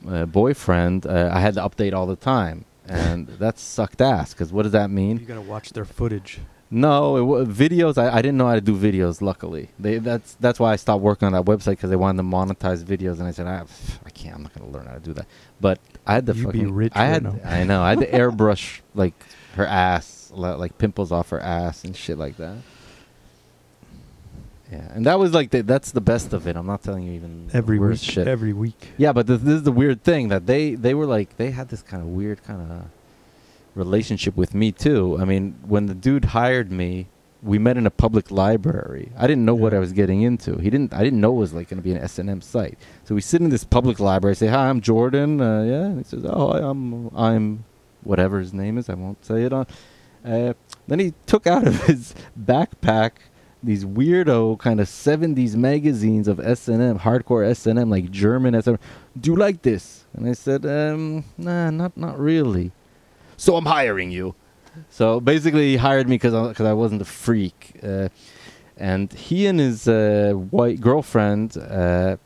B: uh, boyfriend, uh, I had to update all the time, and that sucked ass. Because what does that mean?
A: you gotta watch their footage.
B: No, it w- videos. I, I didn't know how to do videos. Luckily, they that's that's why I stopped working on that website because they wanted to monetize videos, and I said I, I can't. I'm not gonna learn how to do that. But I had to
A: You'd be
B: fucking.
A: rich
B: I
A: right
B: had.
A: now.
B: I know. I had to airbrush like her ass, li- like pimples off her ass and shit like that. Yeah, and that was like the, that's the best of it. I'm not telling you even the
A: Every week,
B: worst shit.
A: every week.
B: Yeah, but this, this is the weird thing that they they were like they had this kind of weird kind of relationship with me too. I mean, when the dude hired me, we met in a public library. I didn't know what
A: Yeah.
B: I was getting into. He didn't. I didn't know it was like going to be an S and M site. So we sit in this public library. Say, "Hi, I'm Jordan." Uh, yeah, and he says, "Oh, I, I'm I'm whatever his name is. I won't say it on." Uh, then he took out of his backpack these weirdo kind of 70s magazines of S&M, hardcore S&M, like German S&M. Do you like this? And I said, um, nah, not, not really. So I'm hiring you. So basically, he hired me because I, 'cause I wasn't a freak. Uh, and he and his uh, white girlfriend, uh,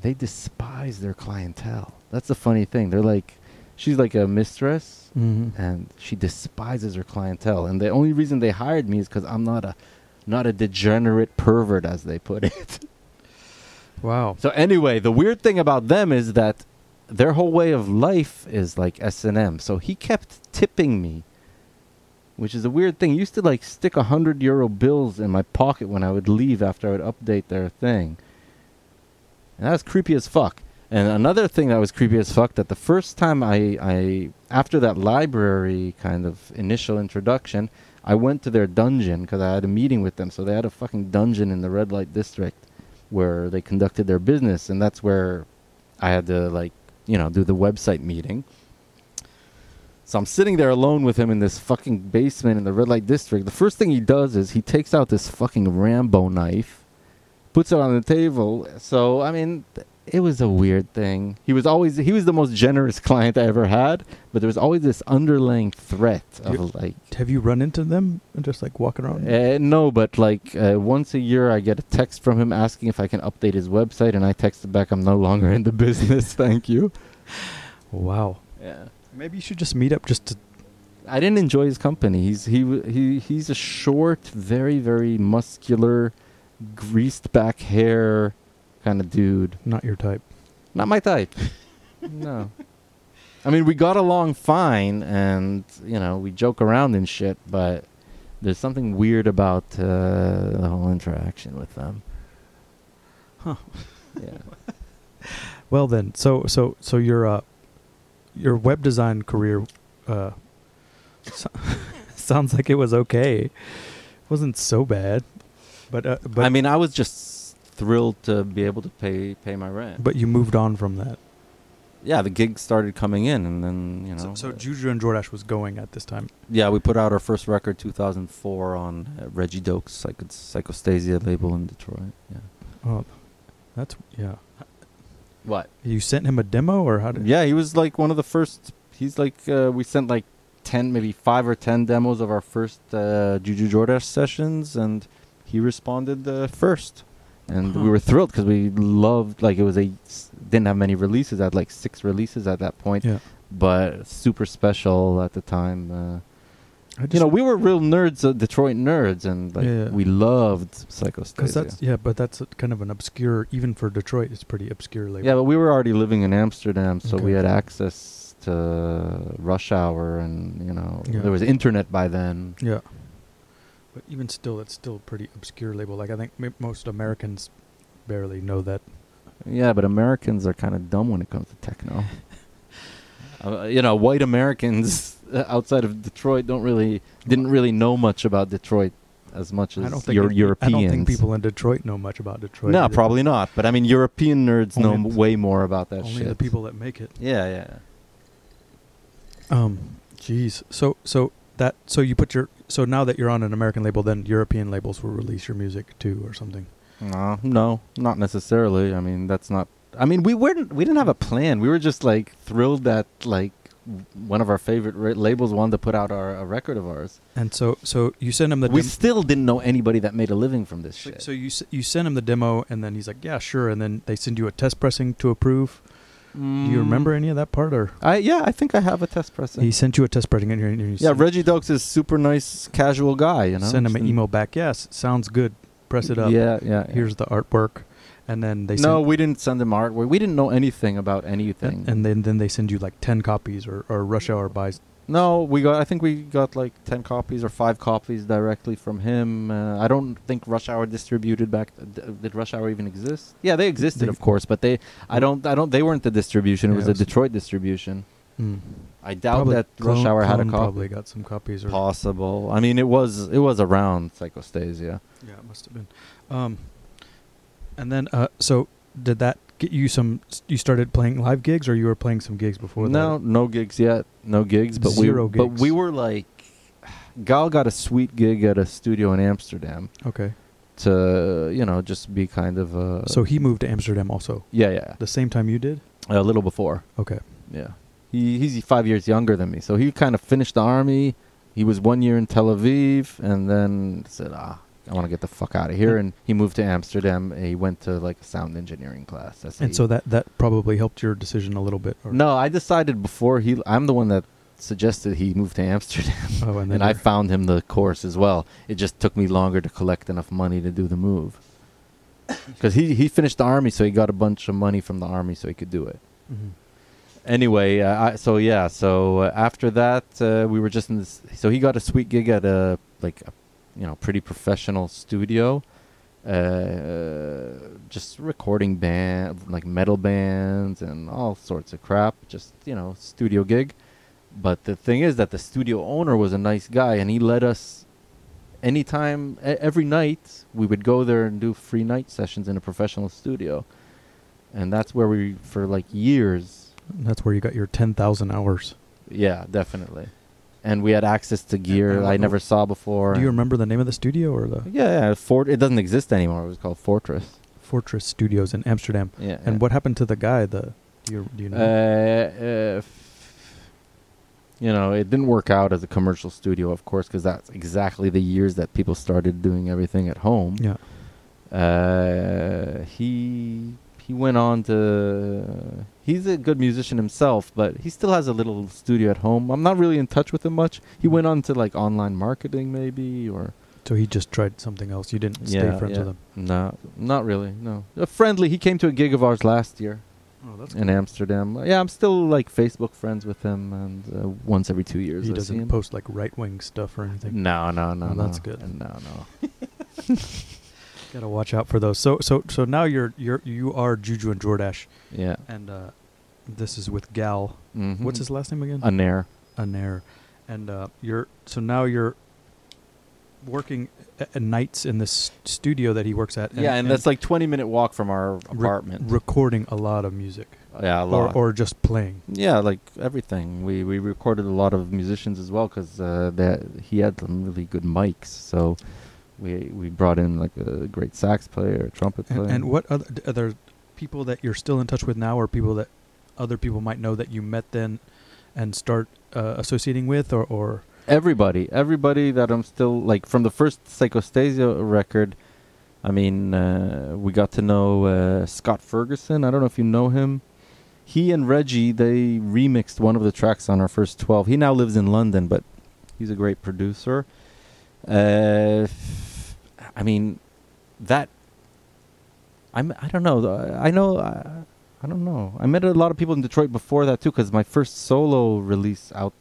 B: they despise their clientele. That's the funny thing. They're like, she's like a mistress
A: Mm-hmm.
B: and she despises her clientele. And the only reason they hired me is because I'm not a not a degenerate pervert, as they put it.
A: Wow.
B: so anyway, the weird thing about them is that their whole way of life is like S and M. So he kept tipping me, which is a weird thing. He used to like stick a hundred euro bills in my pocket when I would leave after I would update their thing. And that was creepy as fuck. And another thing that was creepy as fuck that the first time I, I after that library kind of initial introduction, I went to their dungeon because I had a meeting with them. So they had a fucking dungeon in the red light district where they conducted their business, and that's where I had to like you know do the website meeting. So I'm sitting there alone with him in this fucking basement in the red light district. The first thing he does is he takes out this fucking Rambo knife, puts it on the table. So I mean, th- it was a weird thing. He was always he was the most generous client I ever had, but there was always this underlying threat
A: You-
B: of like
A: Have you run into them and just like walking around?
B: uh, no, but like uh, once a year, I get a text from him asking if I can update his website, and I texted back, "I'm no longer in the business, thank you."
A: Wow.
B: Yeah,
A: Maybe you should just meet up just to.
B: I didn't enjoy his company. He's he w- he he's a short, very very muscular, greased back hair kind of dude.
A: Not your type.
B: Not my type. no, I mean we got along fine, and you know we joke around and shit, but there's something weird about uh, the whole interaction with them.
A: Huh.
B: Yeah.
A: Well then, so so so your uh, your web design career uh, so- sounds like it was okay. It wasn't so bad, but uh, but
B: I mean, I was just thrilled to be able to pay pay my rent.
A: but you moved on from that.
B: yeah, the gigs started coming in, and then you know.
A: So, so
B: uh,
A: Juju and Jordash was going at this time.
B: yeah, we put out our first record, 2004, on uh, Reggie Doak's psycho- Psychostasia label in Detroit. Yeah.
A: Oh, that's yeah.
B: What?
A: You sent him a demo or how did?
B: Yeah, he was like one of the first. He's like uh, we sent like ten, maybe five or ten demos of our first uh, Juju Jordash sessions, and he responded uh, first, and
A: Huh.
B: we were thrilled because we loved like it was a s- didn't have many releases. I had like six releases at that point,
A: Yeah.
B: but super special at the time. Uh,
A: I just,
B: you know, we were real nerds, uh, Detroit nerds, and like
A: Yeah.
B: we loved Psychostasia.
A: because that's yeah, but that's a, kind of an obscure even for Detroit. It's pretty obscure label.
B: Yeah, but we were already living in Amsterdam, so
A: Okay.
B: we had access to rush hour, and you know
A: Yeah.
B: there was internet by then.
A: Yeah. But even still, it's still a pretty obscure label. Like I think m- most Americans barely know that.
B: Yeah, but Americans are kind of dumb when it comes to techno. uh, you know, white Americans uh, outside of Detroit don't really didn't really know much about Detroit as much as
A: I don't think
B: your
A: it-
B: Europeans.
A: I don't think people in Detroit know much about Detroit.
B: No,
A: either.
B: probably not. But I mean, European nerds know
A: Only
B: m- way more about that
A: Only
B: shit.
A: the people that make it.
B: Yeah, yeah.
A: Um, jeez. So so that so you put your so now that you're on an American label, then European labels will release your music too or something.
B: No, no, not necessarily. I mean, that's not. I mean, we weren't. We didn't have a plan. We were just like thrilled that like w- one of our favorite ra- labels wanted to put out our a record of ours.
A: And so so you send him the
B: we
A: dem-
B: still didn't know anybody that made a living from this
A: so,
B: shit.
A: so you s- you send him the demo, and then he's like, yeah, sure. And then they send you a test pressing to approve. Do you
B: Mm.
A: remember any of that part or?
B: I yeah, I think I have a test pressing.
A: He sent you a test pressing, and you, and you
B: yeah,
A: sent-
B: Reggie Dokes is super nice, casual guy. You know,
A: send him
B: Just
A: an email back. Yes, sounds good. Press it up.
B: Yeah, yeah. yeah.
A: Here's the artwork, and then they
B: no,
A: send,
B: we didn't send him artwork. We didn't know anything about anything.
A: and, and then then they send you like ten copies or, or rush hour buys.
B: No, we got. I think we got like ten copies or five copies directly from him. Uh, I don't think Rush Hour distributed back. uh, d- did Rush Hour even exist? Yeah, they existed,
A: They-
B: of course, but they. I don't. I don't. They weren't the distribution. It
A: Yeah,
B: was
A: it
B: the
A: was-
B: Detroit distribution.
A: Mm.
B: I doubt
A: Probably
B: that Rush
A: Clone-
B: Hour had a
A: Clone
B: copy.
A: Probably got some copies or
B: Possible. I mean, it was. It was around Psychostasia.
A: yeah, it must have been. Um, and then uh, so did that get you some? You started playing live gigs, or you were playing some gigs before
B: no,
A: that?
B: no gigs yet. No gigs. But
A: Zero
B: we. But
A: gigs.
B: we were like, Gal got a sweet gig at a studio in Amsterdam
A: Okay,
B: to you know just be kind of a.
A: so he moved to Amsterdam also
B: yeah, yeah.
A: the same time you did.
B: a little before.
A: Okay,
B: Yeah, he he's five years younger than me, so he kind of finished the army. He was one year in Tel Aviv, and then said, "Ah, I want to get the fuck out of here." And he moved to Amsterdam. And he went to like a sound engineering class. That's
A: and so that that probably helped your decision a little bit. Or,
B: no, I decided before he. I'm the one that suggested he move to Amsterdam,
A: oh, and then
B: and I
A: you're-
B: found him the course as well. It just took me longer to collect enough money to do the move. Because he, he finished the army, so he got a bunch of money from the army, so he could do it.
A: Mhm.
B: anyway, uh, I, so yeah, so uh, after that, uh, we were just in this. So he got a sweet gig at a like, a, you know, pretty professional studio, uh, just recording band like metal bands and all sorts of crap. Just you know, studio gig. But the thing is that the studio owner was a nice guy, and he let us. Anytime, e- every night, we would go there and do free night sessions in a professional studio, and that's where we, for like years,
A: That's where you got your ten thousand hours.
B: Yeah, definitely. And we had access to gear
A: and
B: I
A: what-
B: never saw before.
A: Do you
B: and-
A: remember the name of the studio or the
B: Yeah, yeah. Fort. It doesn't exist anymore. It was called Fortress.
A: Fortress Studios in Amsterdam?
B: Yeah. yeah.
A: And what happened to the guy? The do you, do you
B: Uh,
A: know?
B: uh, f- you know, it didn't work out as a commercial studio, of course, because that's exactly the years that people started doing everything at home.
A: yeah.
B: Uh, he he went on to. He's a good musician himself, but he still has a little studio at home. I'm not really in touch with him much. He went on to like online marketing, maybe, or
A: So he just tried something else. You didn't stay
B: Yeah,
A: friends
B: yeah.
A: with him.
B: no, not really. No, a friendly. He came to a gig of ours last year.
A: Oh, that's
B: in Amsterdam. Uh, Yeah, I'm still like Facebook friends with him, and uh, once every two years
A: He
B: I see
A: doesn't
B: him.
A: post like right wing stuff or anything.
B: No, no, no,
A: Oh,
B: no.
A: that's good.
B: No, no. Mm.
A: Got to watch out for those. So so so now you're you're you are Juju and Jordash,
B: Yeah.
A: and uh, this is with Gal.
B: Mm-hmm.
A: What's his last name again?
B: Anair?
A: Anair, and uh, you're so now you're working a- at nights in this studio that he works at.
B: yeah, and, that's like 20 minute walk from our
A: re-
B: apartment.
A: recording a lot of music,
B: yeah, a lot.
A: or or just playing.
B: yeah, like everything. We we recorded a lot of musicians as well because uh, that he had some really good mics. So we we brought in like a great sax player, a trumpet player.
A: And, and what other d- are there people that you're still in touch with now, or people that other people might know that you met then, and start uh, associating with, or or
B: everybody everybody that i'm still like from the first psychostasia record i mean uh, we got to know uh, scott ferguson i don't know if you know him he and reggie they remixed one of the tracks on our first 12 he now lives in london but he's a great producer uh, f- i mean that i'm i don't know th- i know I, I don't know i met a lot of people in detroit before that too because my first solo release out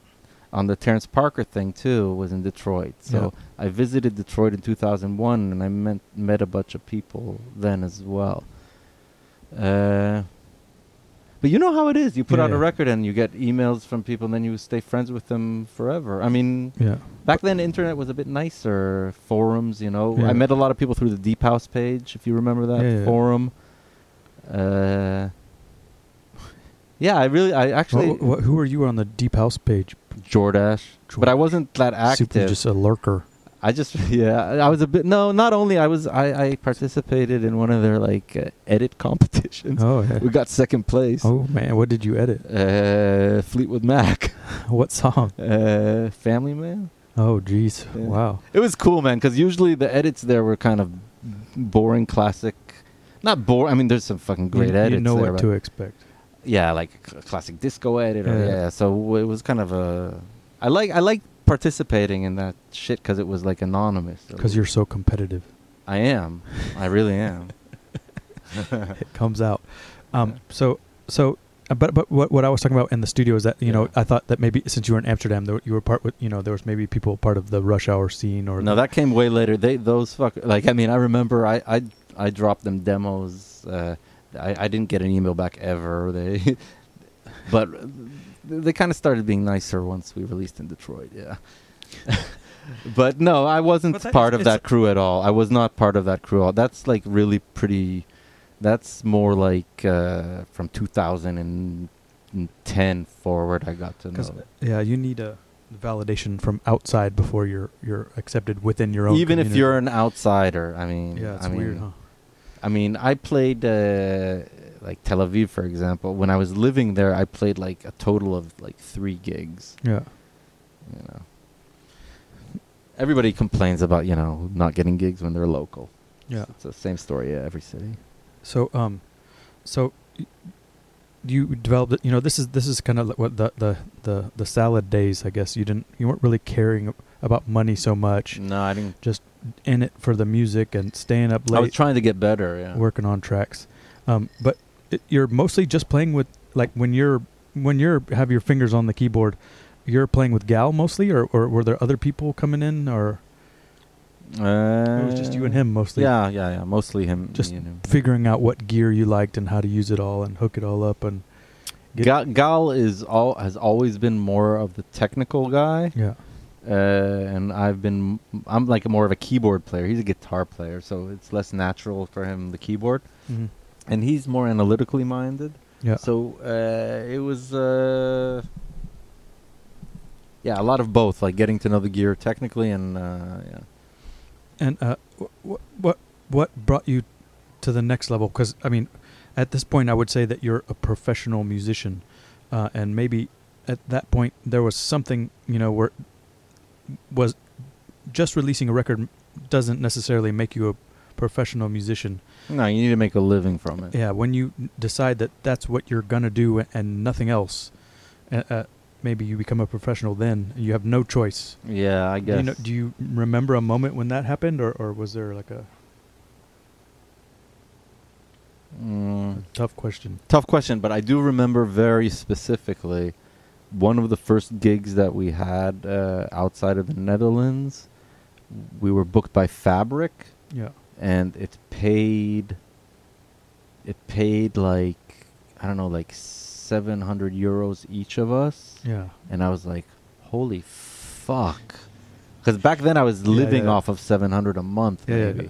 B: on the terrence parker thing too was in detroit so i visited detroit in 2001 and i met, met a bunch of people then as well uh, but you know how it is you put
A: Yeah,
B: out a
A: yeah.
B: record and you get emails from people and then you stay friends with them forever i mean
A: yeah.
B: Back then, internet was a bit nicer. Forums, you know.
A: Yeah.
B: I met a lot of people through the Deep House page, if you remember that
A: Yeah, yeah.
B: forum. Uh, yeah, I really, I actually,
A: Wha- wha- who are you on the Deep House page?
B: Jordash, but I
A: Jordache.
B: wasn't that
A: Super,
B: active.
A: just a lurker.
B: I just, yeah, I- I was a bit. No, not only I was, I, I participated in one of their like uh, edit competitions.
A: Oh, yeah.
B: We got second place.
A: oh man, what did you edit?
B: Uh, Fleetwood Mac,
A: What song?
B: uh, Family Man.
A: Oh, jeez,
B: Yeah.
A: wow.
B: It was cool, man, because usually the edits there were kind of boring, classic. Not boring. I mean, there's some fucking great
A: you,
B: edits.
A: You know
B: there,
A: what
B: but-
A: to expect.
B: Yeah, like a cl- classic disco edit. Or,
A: Yeah.
B: yeah. So w- it was kind of a. I like I like participating in that shit because it was like anonymous. So
A: because you're so competitive.
B: I am. I really am.
A: It comes out. Um,
B: Yeah.
A: So so, uh, but but what what I was talking about in the studio is that you know
B: Yeah.
A: I thought that maybe since you were in Amsterdam, there, you were part with you know there was maybe people part of the rush hour scene or
B: no,
A: the-
B: that came way later. They those fuck like I mean I remember I I I dropped them demos. Uh, I I didn't get an email back ever. They, but they kind of started being nicer once we released in Detroit. Yeah. but no, I wasn't
A: But that
B: part
A: is-
B: of
A: it's-
B: that crew at all. I was not part of that crew. at all. That's like really pretty. That's more like uh, from 2010 forward. I got to know.
A: 'cause, yeah you need a validation from outside before you're you're accepted within your own.
B: Even if
A: community.
B: you're an outsider, I mean,
A: yeah, it's
B: I mean,
A: weird. Huh?
B: I mean, I played uh, like Tel Aviv, for example. When I was living there, I played like a total of like three gigs.
A: Yeah.
B: You know, everybody complains about you know not getting gigs when they're local.
A: Yeah.
B: it's the same story. Yeah, every city.
A: So um, so y- you developed it. You know, this is this is kind of what the the the the salad days. I guess you didn't you weren't really caring about money so much.
B: No, I didn't.
A: Just in it for the music and staying up
B: I was
A: late,
B: trying to get better. Yeah.
A: working on tracks. Um, but it, you're mostly just playing with like when you're when you're have your fingers on the keyboard. You're playing with Gal mostly, or, or were there other people coming in, or
B: Uh,
A: it was just you and him mostly?
B: Yeah, yeah, yeah. Mostly him.
A: Just
B: you know.
A: figuring out what gear you liked and how to use it all and hook it all up and get-
B: Gal, Gal is all has always been more of the technical guy.
A: yeah.
B: uh, and I've been I'm like more of a keyboard player. He's a guitar player, so it's less natural for him the keyboard,
A: Mhm.
B: and he's more analytically minded.
A: Yeah.
B: So uh, it was uh, yeah, a lot of both, like getting to know the gear technically and uh, yeah.
A: And uh, what what what brought you to the next level? Because I mean, at this point, I would say that you're a professional musician, uh, and maybe at that point there was something you know where was just releasing a record doesn't necessarily make you a professional musician.
B: No, you need to make a living from it.
A: Yeah, when you decide that that's what you're gonna do and nothing else, uh, uh, maybe you become a professional. Then you have no choice.
B: Yeah, I
A: Do
B: guess.
A: you, know, do you remember a moment when that happened, or, or was there like a, a
B: Mm.
A: tough question?
B: Tough question, but I do remember very specifically one of the first gigs that we had uh, outside of the Netherlands. We were booked by Fabric,
A: Yeah.
B: and it paid. It paid like I don't know, like seven hundred euros each of us,
A: Yeah.
B: and I was like, "Holy fuck!" Because back then I was
A: Yeah,
B: living
A: yeah.
B: off of seven hundred a month,
A: Yeah, yeah,
B: maybe.
A: yeah.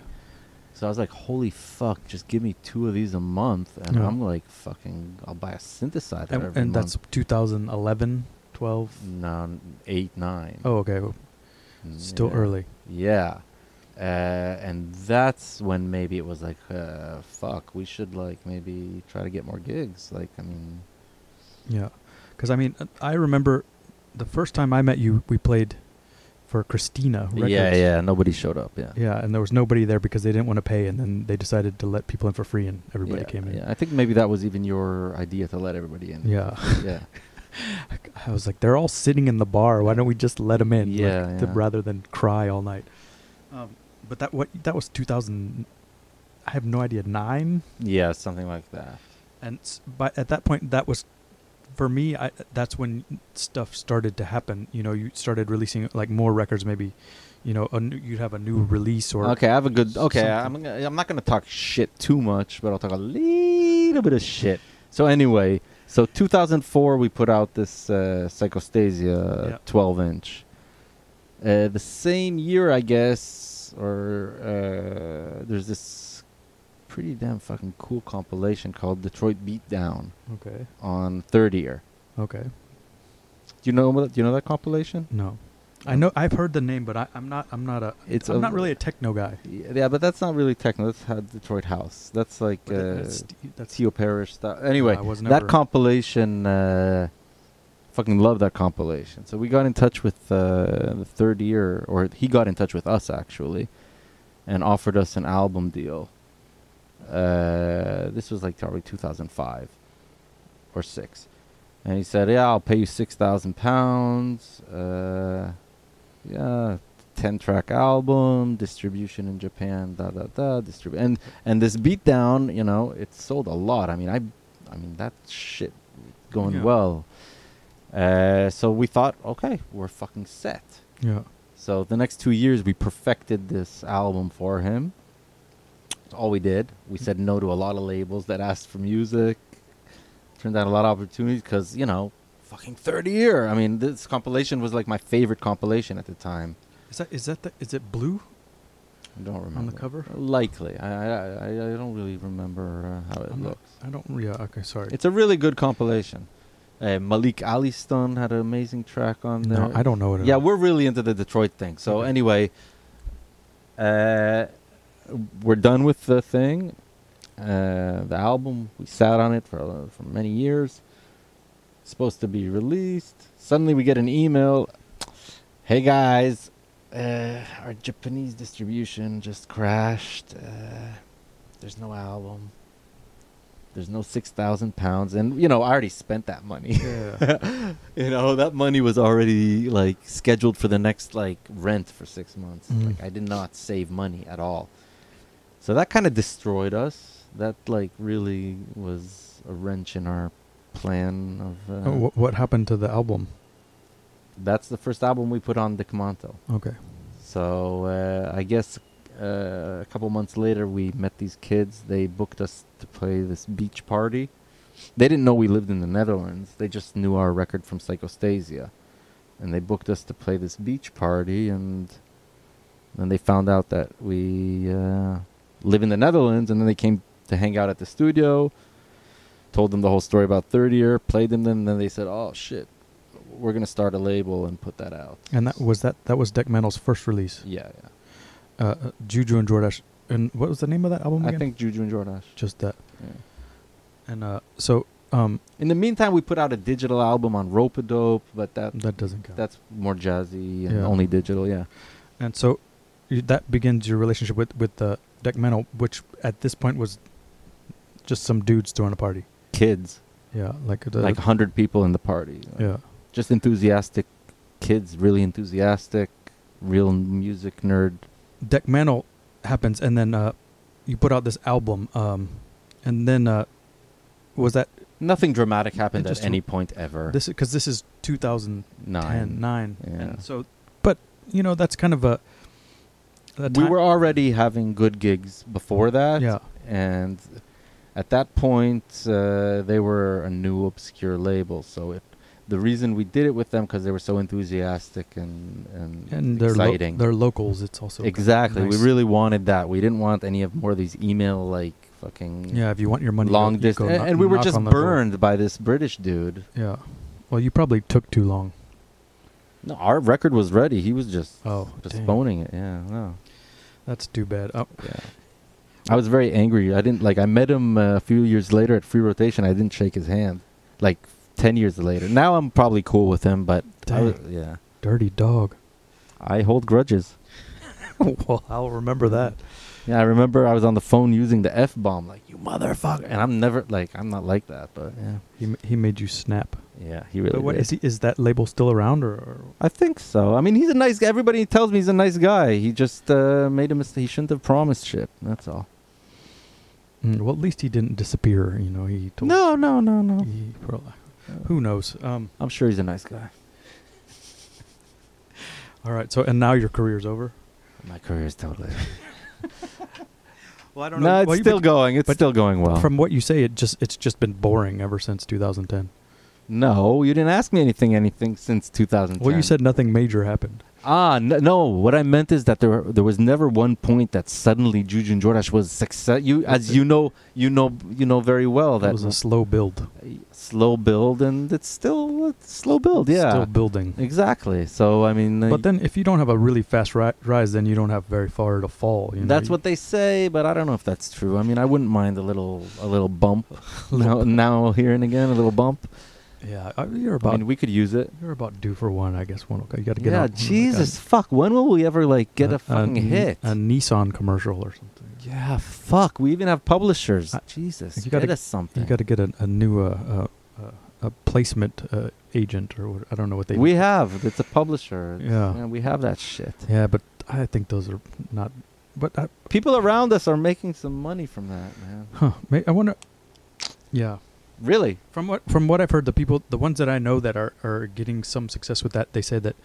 B: So I was like, "Holy fuck! Just give me two of these a month, and
A: Yeah.
B: I'm like, fucking, I'll buy a synthesizer."
A: And,
B: every
A: and
B: month.
A: that's 2011, 12.
B: no eight nine.
A: Oh, okay. well,
B: Mm,
A: Still
B: yeah.
A: early.
B: Yeah, uh, and that's when maybe it was like, uh, "Fuck, we should like maybe try to get more gigs." Like, I mean,
A: Yeah. Because I mean, uh, I remember the first time I met you, we played for Christina. Oh, Records.
B: yeah, yeah, nobody showed up. Yeah,
A: Yeah, and there was nobody there because they didn't want to pay, and then they decided to let people in for free, and everybody
B: Yeah,
A: came in.
B: Yeah, I think maybe that was even your idea to let everybody in.
A: Yeah.
B: yeah.
A: I was like, they're all sitting in the bar. Why don't we just let them in? like,
B: Yeah,
A: to-
B: yeah.
A: rather than cry all night. Um, but that what that was 2000. I have no idea nine.
B: Yeah, something like that.
A: And s- by at that point, that was for me. I that's when stuff started to happen. You know, you started releasing like more records. Maybe, you know, a n- you'd have a new release or
B: Mm-hmm. okay, I have a good.
A: s-
B: Okay, I'm,
A: something.
B: gonna- I'm not going to talk shit too much, but I'll talk a little bit of shit. So anyway, so 2004, we put out this uh,
A: Yeah.
B: Psychostasia 12 inch. Uh, the same year, I guess, or uh, there's this pretty damn fucking cool compilation called Detroit Beatdown
A: okay,
B: on 30er.
A: okay.
B: Do you know what? Do you know that compilation?
A: No, I know I've heard the name, but I, I'm not. I'm not a.
B: It's
A: I'm
B: a-
A: not really a techno guy.
B: Yeah, yeah, but that's not really techno. That's how Detroit house. That's like
A: But that-
B: uh,
A: that's, that's
B: T.O. Parrish stuff. Anyway,
A: I was never-
B: that compilation, uh, fucking love that compilation. So we got in touch with uh, the third year, or he got in touch with us actually, and offered us an album deal. Uh, this was like probably 2005 or six, and he said, "Yeah, I'll pay you six thousand pounds. Uh, yeah, ten track album, distribution in Japan, da da da, distribute." And and this beatdown, you know, it sold a lot. I mean, I, I mean that shit going
A: Yeah.
B: well. Uh, so we thought, okay, we're fucking set.
A: yeah.
B: So the next two years, we perfected this album for him. It's all we did. We said no to a lot of labels that asked for music. Turned down a lot of opportunities because you know, fucking third year. I mean, this compilation was like my favorite compilation at the time.
A: Is that is that the, is it blue?
B: I don't remember
A: cover?
B: Likely, I I, I, I don't really remember uh, how it
A: I'm not-
B: looks.
A: I don't. Yeah. Okay. Sorry.
B: It's a really good compilation. Uh, Malik Ali Stone had an amazing track on there.
A: no, I don't know it. at
B: Yeah,
A: all.
B: we're really into the Detroit thing. So
A: Okay.
B: anyway, uh, we're done with the thing, uh, the album. We sat on it for uh, for many years. Supposed to be released. Suddenly we get an email. Hey guys, uh, our Japanese distribution just crashed. Uh, there's no album. There's no six thousand pounds, and you know I already spent that money
A: Yeah.
B: you know that money was already like scheduled for the next like rent for six months
A: Mm.
B: like i did not save money at all so that kind of destroyed us that like really was a wrench in our plan of uh,
A: Oh, wh- what happened to the album?
B: that's the first album we put on the Comanto.
A: Okay.
B: so uh, i guess uh, a couple months later we met these kids they booked us to play this beach party they didn't know we lived in the netherlands they just knew our record from psychostasia and they booked us to play this beach party and then they found out that we uh, live in the netherlands and then they came to hang out at the studio told them the whole story about third year played them then and then they said oh shit we're gonna start a label and put that out.
A: And that was that. That was Deck Metal's first release.
B: Yeah,
A: Uh,
B: yeah.
A: uh, Juju and Jordash. And what was the name of that album
B: I
A: again?
B: think Juju and Jordash.
A: just that.
B: Yeah.
A: And uh, so um,
B: In the meantime, we put out a digital album on Rope a Dope, but that
A: that doesn't count.
B: that's more jazzy and
A: Yeah.
B: only digital. Yeah.
A: and so you, that begins your relationship with with the Deck Metal, which at this point was just some dudes throwing a party.
B: Kids,
A: Yeah, like the,
B: like hundred people in the party.
A: yeah,
B: Just enthusiastic kids, really enthusiastic, real music nerd.
A: Deck Mantle happens, and then uh, you put out this album, um, and then uh, was that
B: Nothing dramatic happened
A: It
B: at
A: just-
B: any point ever.
A: this? Because this is 2009,
B: nine. Yeah.
A: and so, but you know that's kind of a. a
B: we
A: ti-
B: were already having good gigs before that.
A: yeah,
B: and at that point uh, they were a new obscure label so it, the reason we did it with them because they were so enthusiastic and and,
A: and they're lo-
B: exciting
A: they're locals. It's also kinda
B: exactly
A: nice.
B: we really wanted that we didn't want any of more of these email like fucking
A: yeah. If you want your money,
B: long
A: you go
B: distance
A: kno-
B: and, we were
A: knock
B: just
A: on the door.
B: burned by this british dude
A: Yeah, well, you probably took too long.
B: no our record was ready he was just
A: Oh, dang.
B: postponing it yeah no
A: That's too bad. Oh,
B: yeah I was very angry. I didn't like. I met him uh, a few years later at Free Rotation. I didn't shake his hand. Like ten years later. Now I'm probably cool with him, but I was- yeah,
A: dirty dog.
B: I hold grudges.
A: well, I'll
B: Mm.
A: remember that.
B: Yeah, I remember I was on the phone using the f bomb, like you motherfucker. And I'm never like I'm not like that, but yeah,
A: He ma- he made you snap.
B: yeah, he really.
A: but what
B: did.
A: is he? Is that label still around or? or
B: I think so. I mean, he's a nice. guy. Everybody tells me he's a nice guy. He just uh, made a mistake. He shouldn't have promised shit. That's all.
A: Mm, well, at least he didn't disappear. You know, he told.
B: No, no, no, no.
A: He probably, who knows? Um.
B: I'm sure he's a nice guy.
A: All right. So, and now your career's over.
B: My career is totally.
A: Well, I
B: No, it's still going. It's
A: but
B: still going well.
A: From what you say, it just it's just been boring ever since 2010.
B: No, you didn't ask me anything, anything since 2010.
A: Well, you said nothing major happened.
B: Ah, n- no. What I meant is that there, there was never one point that suddenly Juju and Jordash was success. You, as you know, you know, you know very well
A: That
B: that
A: was a slow build.
B: slow build, and it's still a slow build. Yeah,
A: Still building.
B: exactly. So I mean, uh,
A: But then, if you don't have a really fast ri- rise, then you don't have very far to fall. You know?
B: that's
A: You-
B: what they say, but I don't know if that's true. I mean, I wouldn't mind a little, a little bump now, now here and again, a little bump.
A: Yeah, I- you're
B: I
A: about
B: mean, we could use it.
A: you're about due for one, I guess. One. Okay, you got to get. Oh
B: Yeah,
A: out-
B: Jesus, fuck. When will we ever like
A: Uh,
B: get a, fucking
A: n-
B: hit?
A: A Nissan commercial or something.
B: Yeah, fuck. We even have publishers.
A: I-
B: Jesus,
A: you gotta-
B: get us something.
A: You got to get a, a new uh, uh, uh, a placement uh, agent or what, I don't know what they.
B: we have. It's a publisher. It's-
A: Yeah.
B: yeah, we have that shit.
A: Yeah, but I think those are not. But uh, I,
B: People around us are making some money from that, man.
A: huh? May, I wonder. Yeah,
B: Really?
A: from what from what I've heard, the people, the ones that I know that are are getting some success with that, they said that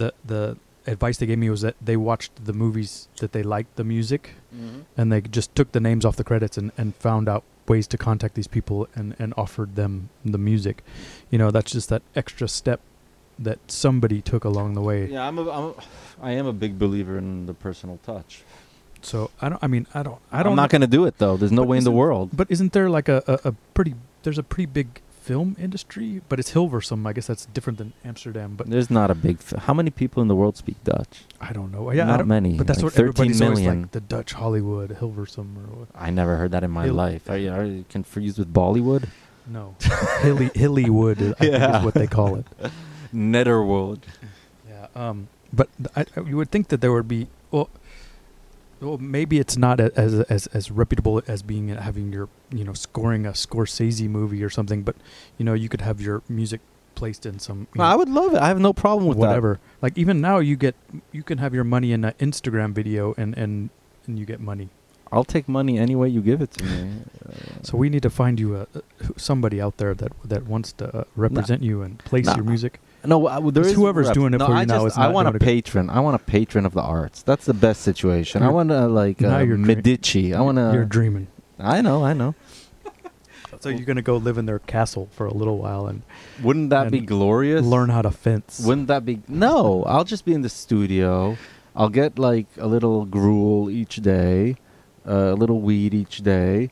A: the the advice they gave me was that they watched the movies that they liked the music
B: Mm-hmm.
A: and they just took the names off the credits and, and found out ways to contact these people and, and offered them the music. You know, that's just that extra step that somebody took along the way.
B: Yeah, I'm a, I'm a, I am a big believer in the personal touch.
A: So I don't. I mean, I don't. I don't.
B: I'm not
A: know-
B: gonna do it though. There's no
A: But
B: way in the
A: isn't-
B: world.
A: But isn't there like a, a, a pretty? There's a pretty big film industry, but it's Hilversum. I guess that's different than Amsterdam. But
B: There's not a big. F- how many people in the world speak Dutch?
A: I don't know. Yeah, I
B: not
A: don't,
B: many.
A: But that's
B: like
A: what
B: 13
A: everybody's always
B: million.
A: like the Dutch Hollywood Hilversum or what?
B: I never heard that in my
A: Hill-
B: life. Are you, are you confused with Bollywood?
A: No, Hilly Hillywood. I think
B: Yeah.
A: is what they call it.
B: Netherworld.
A: Yeah. Um. But th- I, I- you would think that there would be well, well, maybe it's not a- as as as reputable as being having your you know scoring a Scorsese movie or something. But you know you could have your music placed in some you
B: No, I
A: know,
B: would love it. I have no problem with that.
A: whatever. Like even now you get you can have your money in an Instagram video and and and you get money.
B: I'll take money any way you give it to me. Uh,
A: So we need to find you a, somebody out there that that wants to uh, represent you and place
B: Nah.
A: your music.
B: no, I, well, there
A: It's
B: is
A: whoever's doing it
B: no,
A: for
B: I
A: you now
B: Just,
A: is
B: I
A: not
B: want a
A: doing it.
B: patron. I want a patron of the arts. That's the best situation. I
A: You're-
B: want to like
A: now
B: uh,
A: you're dre-
B: Medici. I want
A: You're
B: to.
A: dreaming.
B: I know. I know.
A: So you're gonna go live in their castle for a little while and
B: Wouldn't that be
A: And
B: glorious?
A: learn how to fence.
B: Wouldn't that be? No, I'll just be in the studio. I'll get like a little gruel each day, uh, a little weed each day.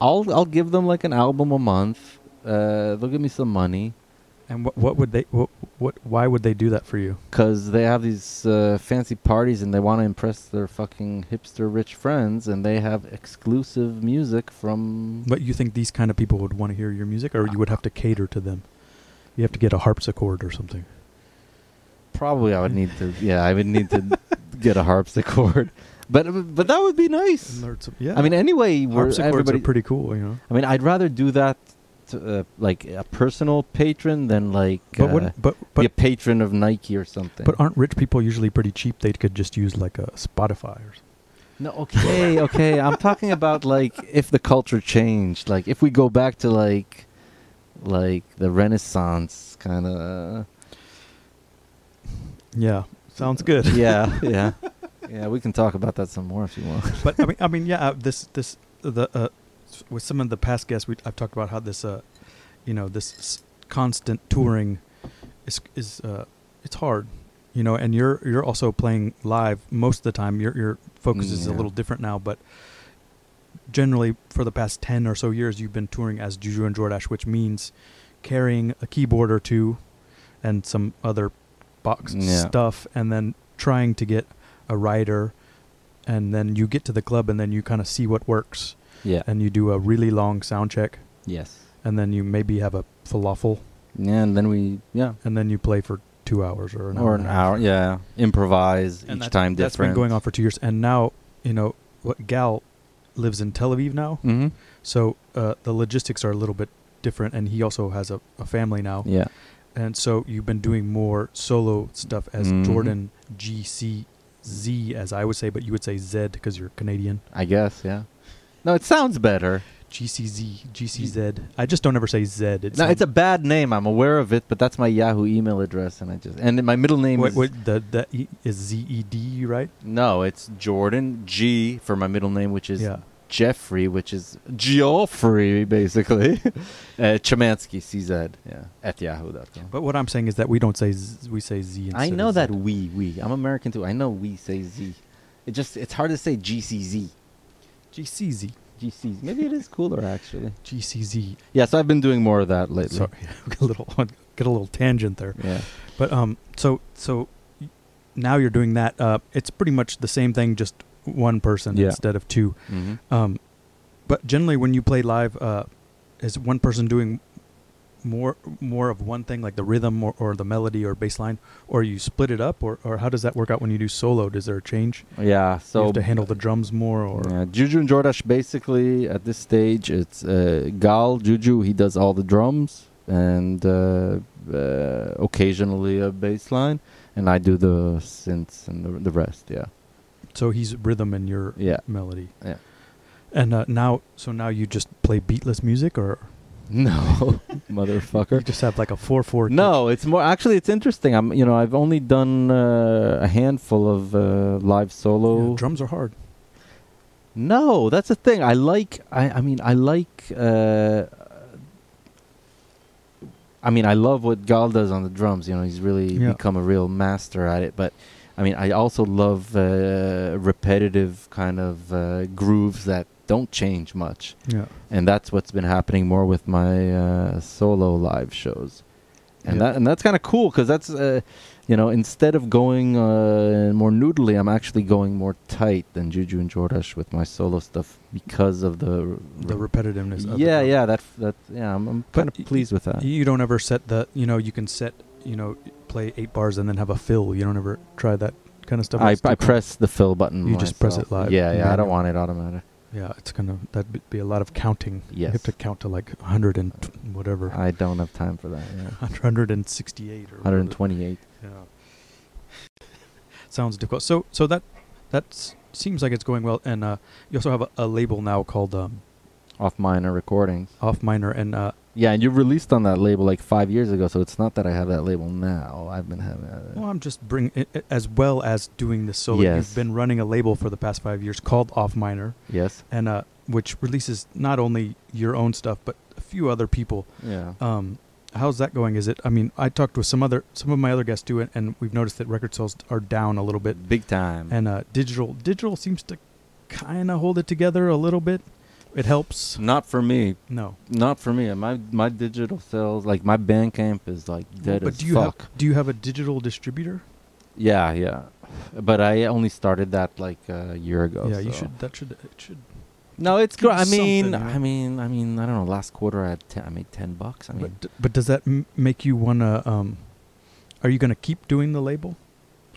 B: I'll I'll give them like an album a month. Uh, they'll give me some money,
A: And what what would they what, what why would they do that for you?
B: because they have these uh, fancy parties and they want to impress their fucking hipster rich friends and they have exclusive music from
A: But you think these kind of people would want to hear your music, or you would have to cater to them? You have to get a harpsichord or something.
B: probably I would need to yeah I would need to get a harpsichord but but that would be nice
A: yeah,
B: I mean anyway we're
A: harpsichords are
B: everybody
A: pretty cool, you know.
B: I mean I'd rather do that to, uh, like a personal patron than like
A: But
B: uh,
A: what? But
B: be
A: but
B: a patron of Nike or something
A: but aren't rich people usually pretty cheap? They could just use like a Spotify or. Something.
B: No, okay, okay. I'm talking about like if the culture changed, like if we go back to like like the Renaissance kind of.
A: Yeah, sounds good.
B: Yeah, yeah, yeah. We can talk about that some more if you want.
A: but I mean, I mean, yeah. uh, This, this, the uh, s- with some of the past guests, we I've talked about how this, uh, you know, this s- constant touring is is uh, it's hard, you know. And you're you're also playing live most of the time. Your your focus
B: Mm,
A: is a
B: yeah.
A: little different now, but generally for the past ten or so years, you've been touring as Juju and Jordash, which means carrying a keyboard or two and some other box
B: Yeah.
A: stuff, and then trying to get a rider and then you get to the club and then you kind of see what works
B: Yeah.
A: and you do a really long sound check
B: Yes.
A: and then you maybe have a falafel
B: Yeah, and then we yeah
A: and then you play for two hours or an hour
B: or an
A: and a half.
B: hour yeah improvise
A: And
B: each
A: that-
B: time
A: that's
B: different.
A: been going on for two years and now you know what gal lives in tel aviv now
B: hmm
A: so uh, the logistics are a little bit different and he also has a, a family now
B: Yeah.
A: and so you've been doing more solo stuff as
B: Mhm.
A: jordan gcz as i would say but you would say z because you're canadian
B: I guess. Yeah. No, it sounds better.
A: GCZ, GCZ. I just don't ever say Z. It's
B: no, it's a bad name. I'm aware of it, but that's my Yahoo email address, and I just and my middle name
A: Wait,
B: is
A: wait, the, the e, is Z E D right?
B: No, it's Jordan G for my middle name, which is
A: yeah,
B: Jeffrey, which is Geoffrey, basically. uh, Chemansky, CZ, yeah, at yahoo.com.
A: but what I'm saying is that we don't say z, we say Z. Instead
B: I know
A: of
B: that
A: Z.
B: we, we. I'm American too. I know we say Z. It just, it's hard to say GCZ.
A: GCZ,
B: GCZ. Maybe it is cooler, actually.
A: GCZ.
B: Yeah, so I've been doing more of that lately.
A: Sorry, got a little get a little tangent there.
B: Yeah.
A: But um, so so y- now you're doing that. Uh, it's pretty much the same thing, just one person
B: Yeah.
A: instead of two.
B: Mm-hmm.
A: Um, but generally, when you play live, uh, is one person doing more more of one thing, like the rhythm or, or the melody or bass line, or you split it up, or, or how does that work out when you do solo? Does there a change?
B: Yeah, so.
A: you have to handle the drums more, or
B: Yeah, Juju and Jordash basically at this stage it's uh, Gal Juju he does all the drums and uh, uh, occasionally a bass line and I do the synths and the, the rest yeah
A: so he's rhythm and your
B: yeah
A: melody.
B: Yeah.
A: And uh, now, so now you just play beatless music, or
B: no
A: you
B: motherfucker
A: just have like a four four.
B: no it's more actually it's interesting I'm you know I've only done uh, a handful of uh, live solo
A: drums are hard.
B: No, that's the thing. I like. I, I mean, I like. Uh, I mean, I love what Gal does on the drums. You know, he's really
A: Yeah.
B: become a real master at it. But I mean, I also love uh, repetitive kind of uh, grooves that don't change much,
A: Yeah,
B: and that's what's been happening more with my uh, solo live shows. And
A: Yeah.
B: that and that's kind of cool because that's uh, you know instead of going uh, more noodly, I'm actually going more tight than Juju and Jordash with my solo stuff because of the
A: the repetitiveness. Of the
B: yeah
A: drum.
B: yeah that that yeah I'm, I'm
A: But
B: kind
A: y-
B: of pleased with that.
A: You don't ever set the, you know, you can set, you know, play eight bars and then have a fill. You don't ever try that kind of stuff.
B: I,
A: It's
B: I
A: different.
B: press the fill button.
A: You just press
B: myself.
A: it live,
B: Yeah yeah I
A: manual.
B: don't want it automatic.
A: Yeah, it's gonna that'd be a lot of counting. You
B: Yes.
A: have to count to like 100 and t- whatever,
B: I don't have time for that. Yeah.
A: 168 or whatever.
B: 128.
A: Yeah. Sounds difficult. So so that that s- seems like it's going well, and uh, you also have a, a label now called um,
B: Off minor recordings.
A: Off Minor, and uh,
B: Yeah, and you released on that label like five years ago, so it's not that I have that label now. I've been having it.
A: well, I'm just bring i- i- as well as doing this solo. You've
B: Yes.
A: been running a label for the past five years called Off Minor.
B: yes.
A: and uh, which releases not only your own stuff but a few other people.
B: Yeah.
A: Um, how's that going? Is it? I mean, I talked with some other some of my other guests too, and, and we've noticed that record sales are down a little bit,
B: big time.
A: and uh, digital digital seems to kind of hold it together a little bit. It helps.
B: Not for me.
A: No.
B: Not for me. My my digital sales, like my Bandcamp, is like dead
A: but
B: as
A: do you
B: fuck.
A: have do you have a digital distributor?
B: yeah, yeah. But I only started that like a year ago.
A: yeah, you
B: Oh, so.
A: should. That should. It should.
B: No, it's
A: Give
B: good. I
A: us something,
B: mean,
A: you know?
B: I mean, I mean, I don't know. Last quarter, I had ten, I made ten bucks. I mean,
A: but d- but does that m- make you wanna? Um, are you gonna keep doing the label?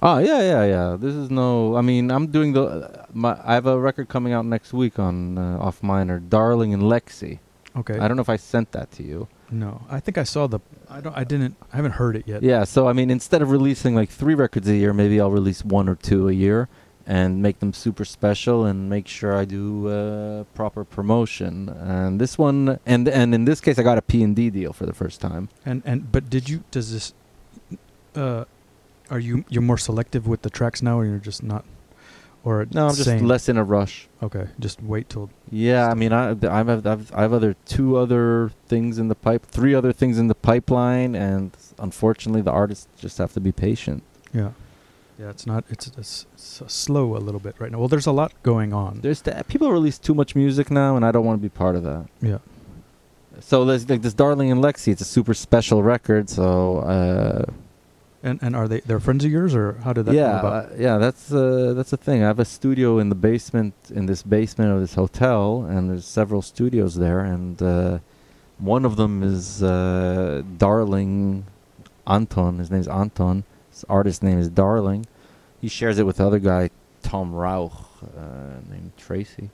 B: oh yeah, yeah, yeah. This is no. I mean, I'm doing the. uh, My I have a record coming out next week on uh, off minor, Darling and Lexi.
A: Okay.
B: I don't know if I sent that to you.
A: No, I think I saw the. I don't. I didn't. I haven't heard it yet.
B: Yeah, so I mean, instead of releasing like three records a year, maybe I'll release one or two a year and make them super special and make sure I do uh, proper promotion. And this one, and and in this case, I got a P and D deal for the first time.
A: And and but did you? Does this? Uh, are you you're more selective with the tracks now, or you're just not? Or
B: No, I'm just
A: same?
B: less in a rush.
A: Okay, just wait till.
B: Yeah, I mean, I I have I've, I have other two other things in the pipe, three other things in the pipeline, and unfortunately, the artists just have to be patient.
A: Yeah. Yeah, it's not. It's, it's, it's slow a little bit right now. Well, there's a lot going on.
B: Um, There's th- people release too much music now, and I don't want to be part of that.
A: Yeah.
B: So there's like this Darling and Lexi. It's a super special record. So uh,
A: And and are they they're friends of yours or how did that come
B: yeah,
A: about?
B: uh, yeah, that's uh, that's a thing. I have a studio in the basement in this basement of this hotel, and there's several studios there, and uh, one of them is uh, Darling Anton. His name's Anton. His artist name is Darling. He shares it with the other guy, Tom Rauch, uh, named Tracy.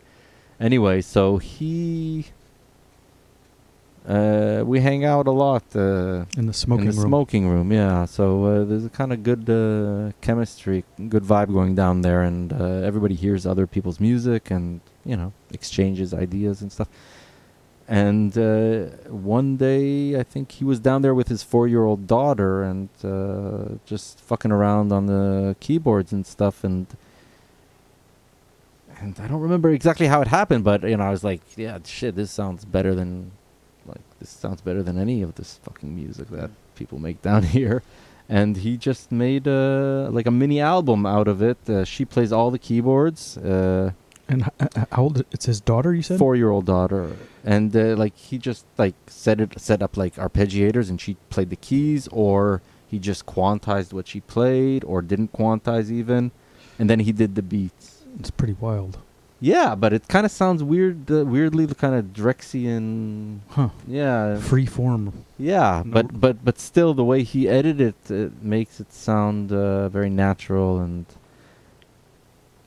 B: Anyway, so he. Uh, we hang out a lot. Uh,
A: in the smoking
B: in the
A: room.
B: smoking room, yeah. So uh, there's a kind of good uh, chemistry, good vibe going down there, and uh, everybody hears other people's music and you know exchanges ideas and stuff. And uh, one day, I think he was down there with his four-year-old daughter and uh, just fucking around on the keyboards and stuff, and and I don't remember exactly how it happened, but you know, I was like, yeah, shit, this sounds better than like this sounds better than any of this fucking music that people make down here. And he just made uh, like a mini album out of it. Uh, she plays all the keyboards. Uh,
A: And h- h- how old? It's his daughter. You said.
B: four-year-old daughter, and uh, like he just like set it set up like arpeggiators, and she played the keys, or he just quantized what she played, or didn't quantize even, and then he did the beats.
A: It's pretty wild.
B: Yeah, but it kind of sounds weird, uh, weirdly kind of Drexian.
A: Huh.
B: Yeah,
A: Free form.
B: yeah,
A: No-
B: but but but still, the way he edited it, it makes it sound uh, very natural and.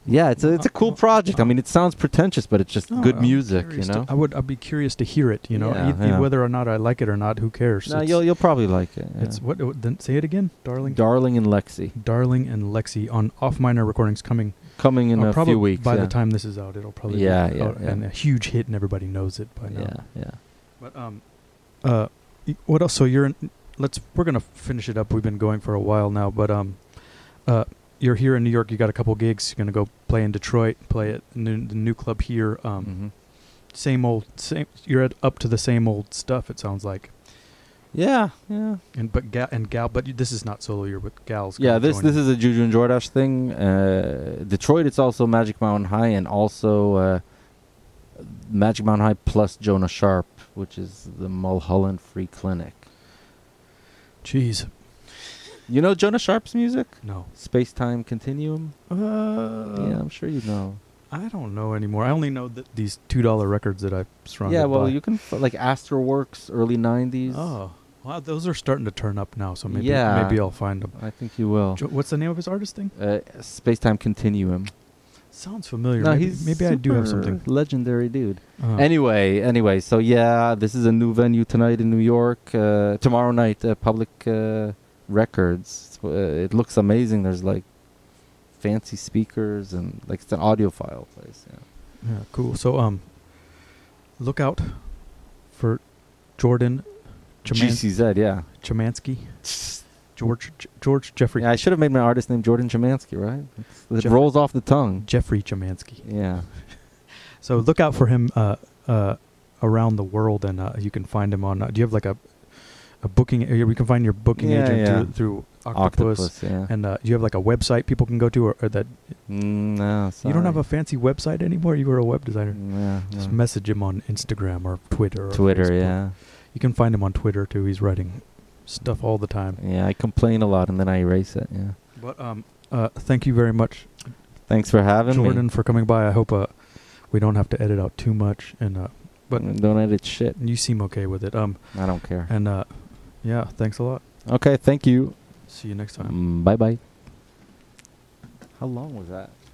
B: Yeah, it's a it's a cool project. I mean, it sounds pretentious, but it's just
A: No, Uh,
B: good
A: oh, I'm
B: music, you
A: curious to-
B: know.
A: I would. I'd be curious to hear it. You know,
B: Yeah,
A: Eith-
B: yeah.
A: whether or not I like it or not, who cares?
B: No,
A: It's-
B: you'll you'll probably like it.
A: It's
B: yeah.
A: what? what- Then say it again, darling.
B: Darling and Lexi
A: Darling and Lexi on off minor recordings coming
B: coming in
A: uh,
B: a
A: probably
B: few weeks.
A: By
B: yeah.
A: the time this is out, it'll probably
B: Yeah,
A: be
B: yeah,
A: out
B: yeah.
A: and a huge hit, and everybody knows it by now.
B: yeah, yeah.
A: But um, uh, y- what else? So you're in. Let's. We're gonna finish it up. We've been going for a while now, but um, uh, you're here in New York. You got a couple gigs. You're gonna go play in Detroit. Play at the new, the new club here. Um,
B: Mhm.
A: same old. Same. You're at, up to the same old stuff. It sounds like.
B: Yeah, yeah.
A: And but gal and gal. But you, this is not solo. You're with gals.
B: Yeah, this this is a Juju and Jordash thing. Uh, Detroit, it's also Magic Mountain High, and also uh, Magic Mountain High plus Jonah Sharp, which is the Mulholland Free Clinic.
A: Jeez.
B: You know Jonah Sharp's music,
A: No.
B: Space Time Continuum.
A: Uh,
B: yeah, I'm sure you know.
A: I don't know anymore. I only know that these two dollar records that I strung.
B: Yeah,
A: to
B: well,
A: buy.
B: you can f- like Astroworks, early '90s.
A: Oh, wow, those are starting to turn up now. So maybe
B: Yeah. Oh.
A: maybe I'll find them.
B: I think you will.
A: Jo- What's the name of his artist thing?
B: Uh, Space Time Continuum.
A: Sounds familiar.
B: No,
A: maybe
B: he's
A: maybe I do have
B: super
A: something.
B: legendary dude.
A: Uh,
B: Anyway, anyway, so yeah, this is a new venue tonight in New York. Uh, tomorrow night, uh, Public uh, Records. Uh, it looks amazing. There's like fancy speakers and like it's an audiophile place. Yeah.
A: yeah, cool. So um, look out for Jordan Chaman-
B: GCZ, yeah.
A: Chamansky, George J- George Jeffrey
B: yeah. I should have made my artist name Jordan Chamansky, right? It's- It
A: Jeff-
B: rolls off the tongue.
A: Jeffrey Chamansky.
B: Yeah.
A: So look out for him uh, uh, around the world, and uh, you can find him on. Uh, do you have like a a booking. uh, We can find your booking
B: Yeah,
A: agent
B: yeah.
A: Through, through Octopus.
B: yeah.
A: And uh, you have like a website people can go to, or, or that
B: Mm, no,
A: you don't have a
B: sorry.
A: fancy website anymore. You were a web designer.
B: Yeah,
A: Just
B: no.
A: message him on Instagram or Twitter. Or
B: Twitter,
A: Facebook.
B: yeah.
A: You can find him on Twitter too. He's writing stuff all the time.
B: Yeah, I complain a lot and then I erase it. Yeah.
A: But um, uh, thank you very much,
B: Thanks for having
A: Jordan,
B: me.
A: for coming by. I hope uh, we don't have to edit out too much, and uh, but-
B: Mm, don't edit shit.
A: you seem okay with it. Um,
B: I don't care.
A: and uh, yeah, thanks a lot.
B: Okay, thank you.
A: See you next time.
B: Bye bye. How long was that?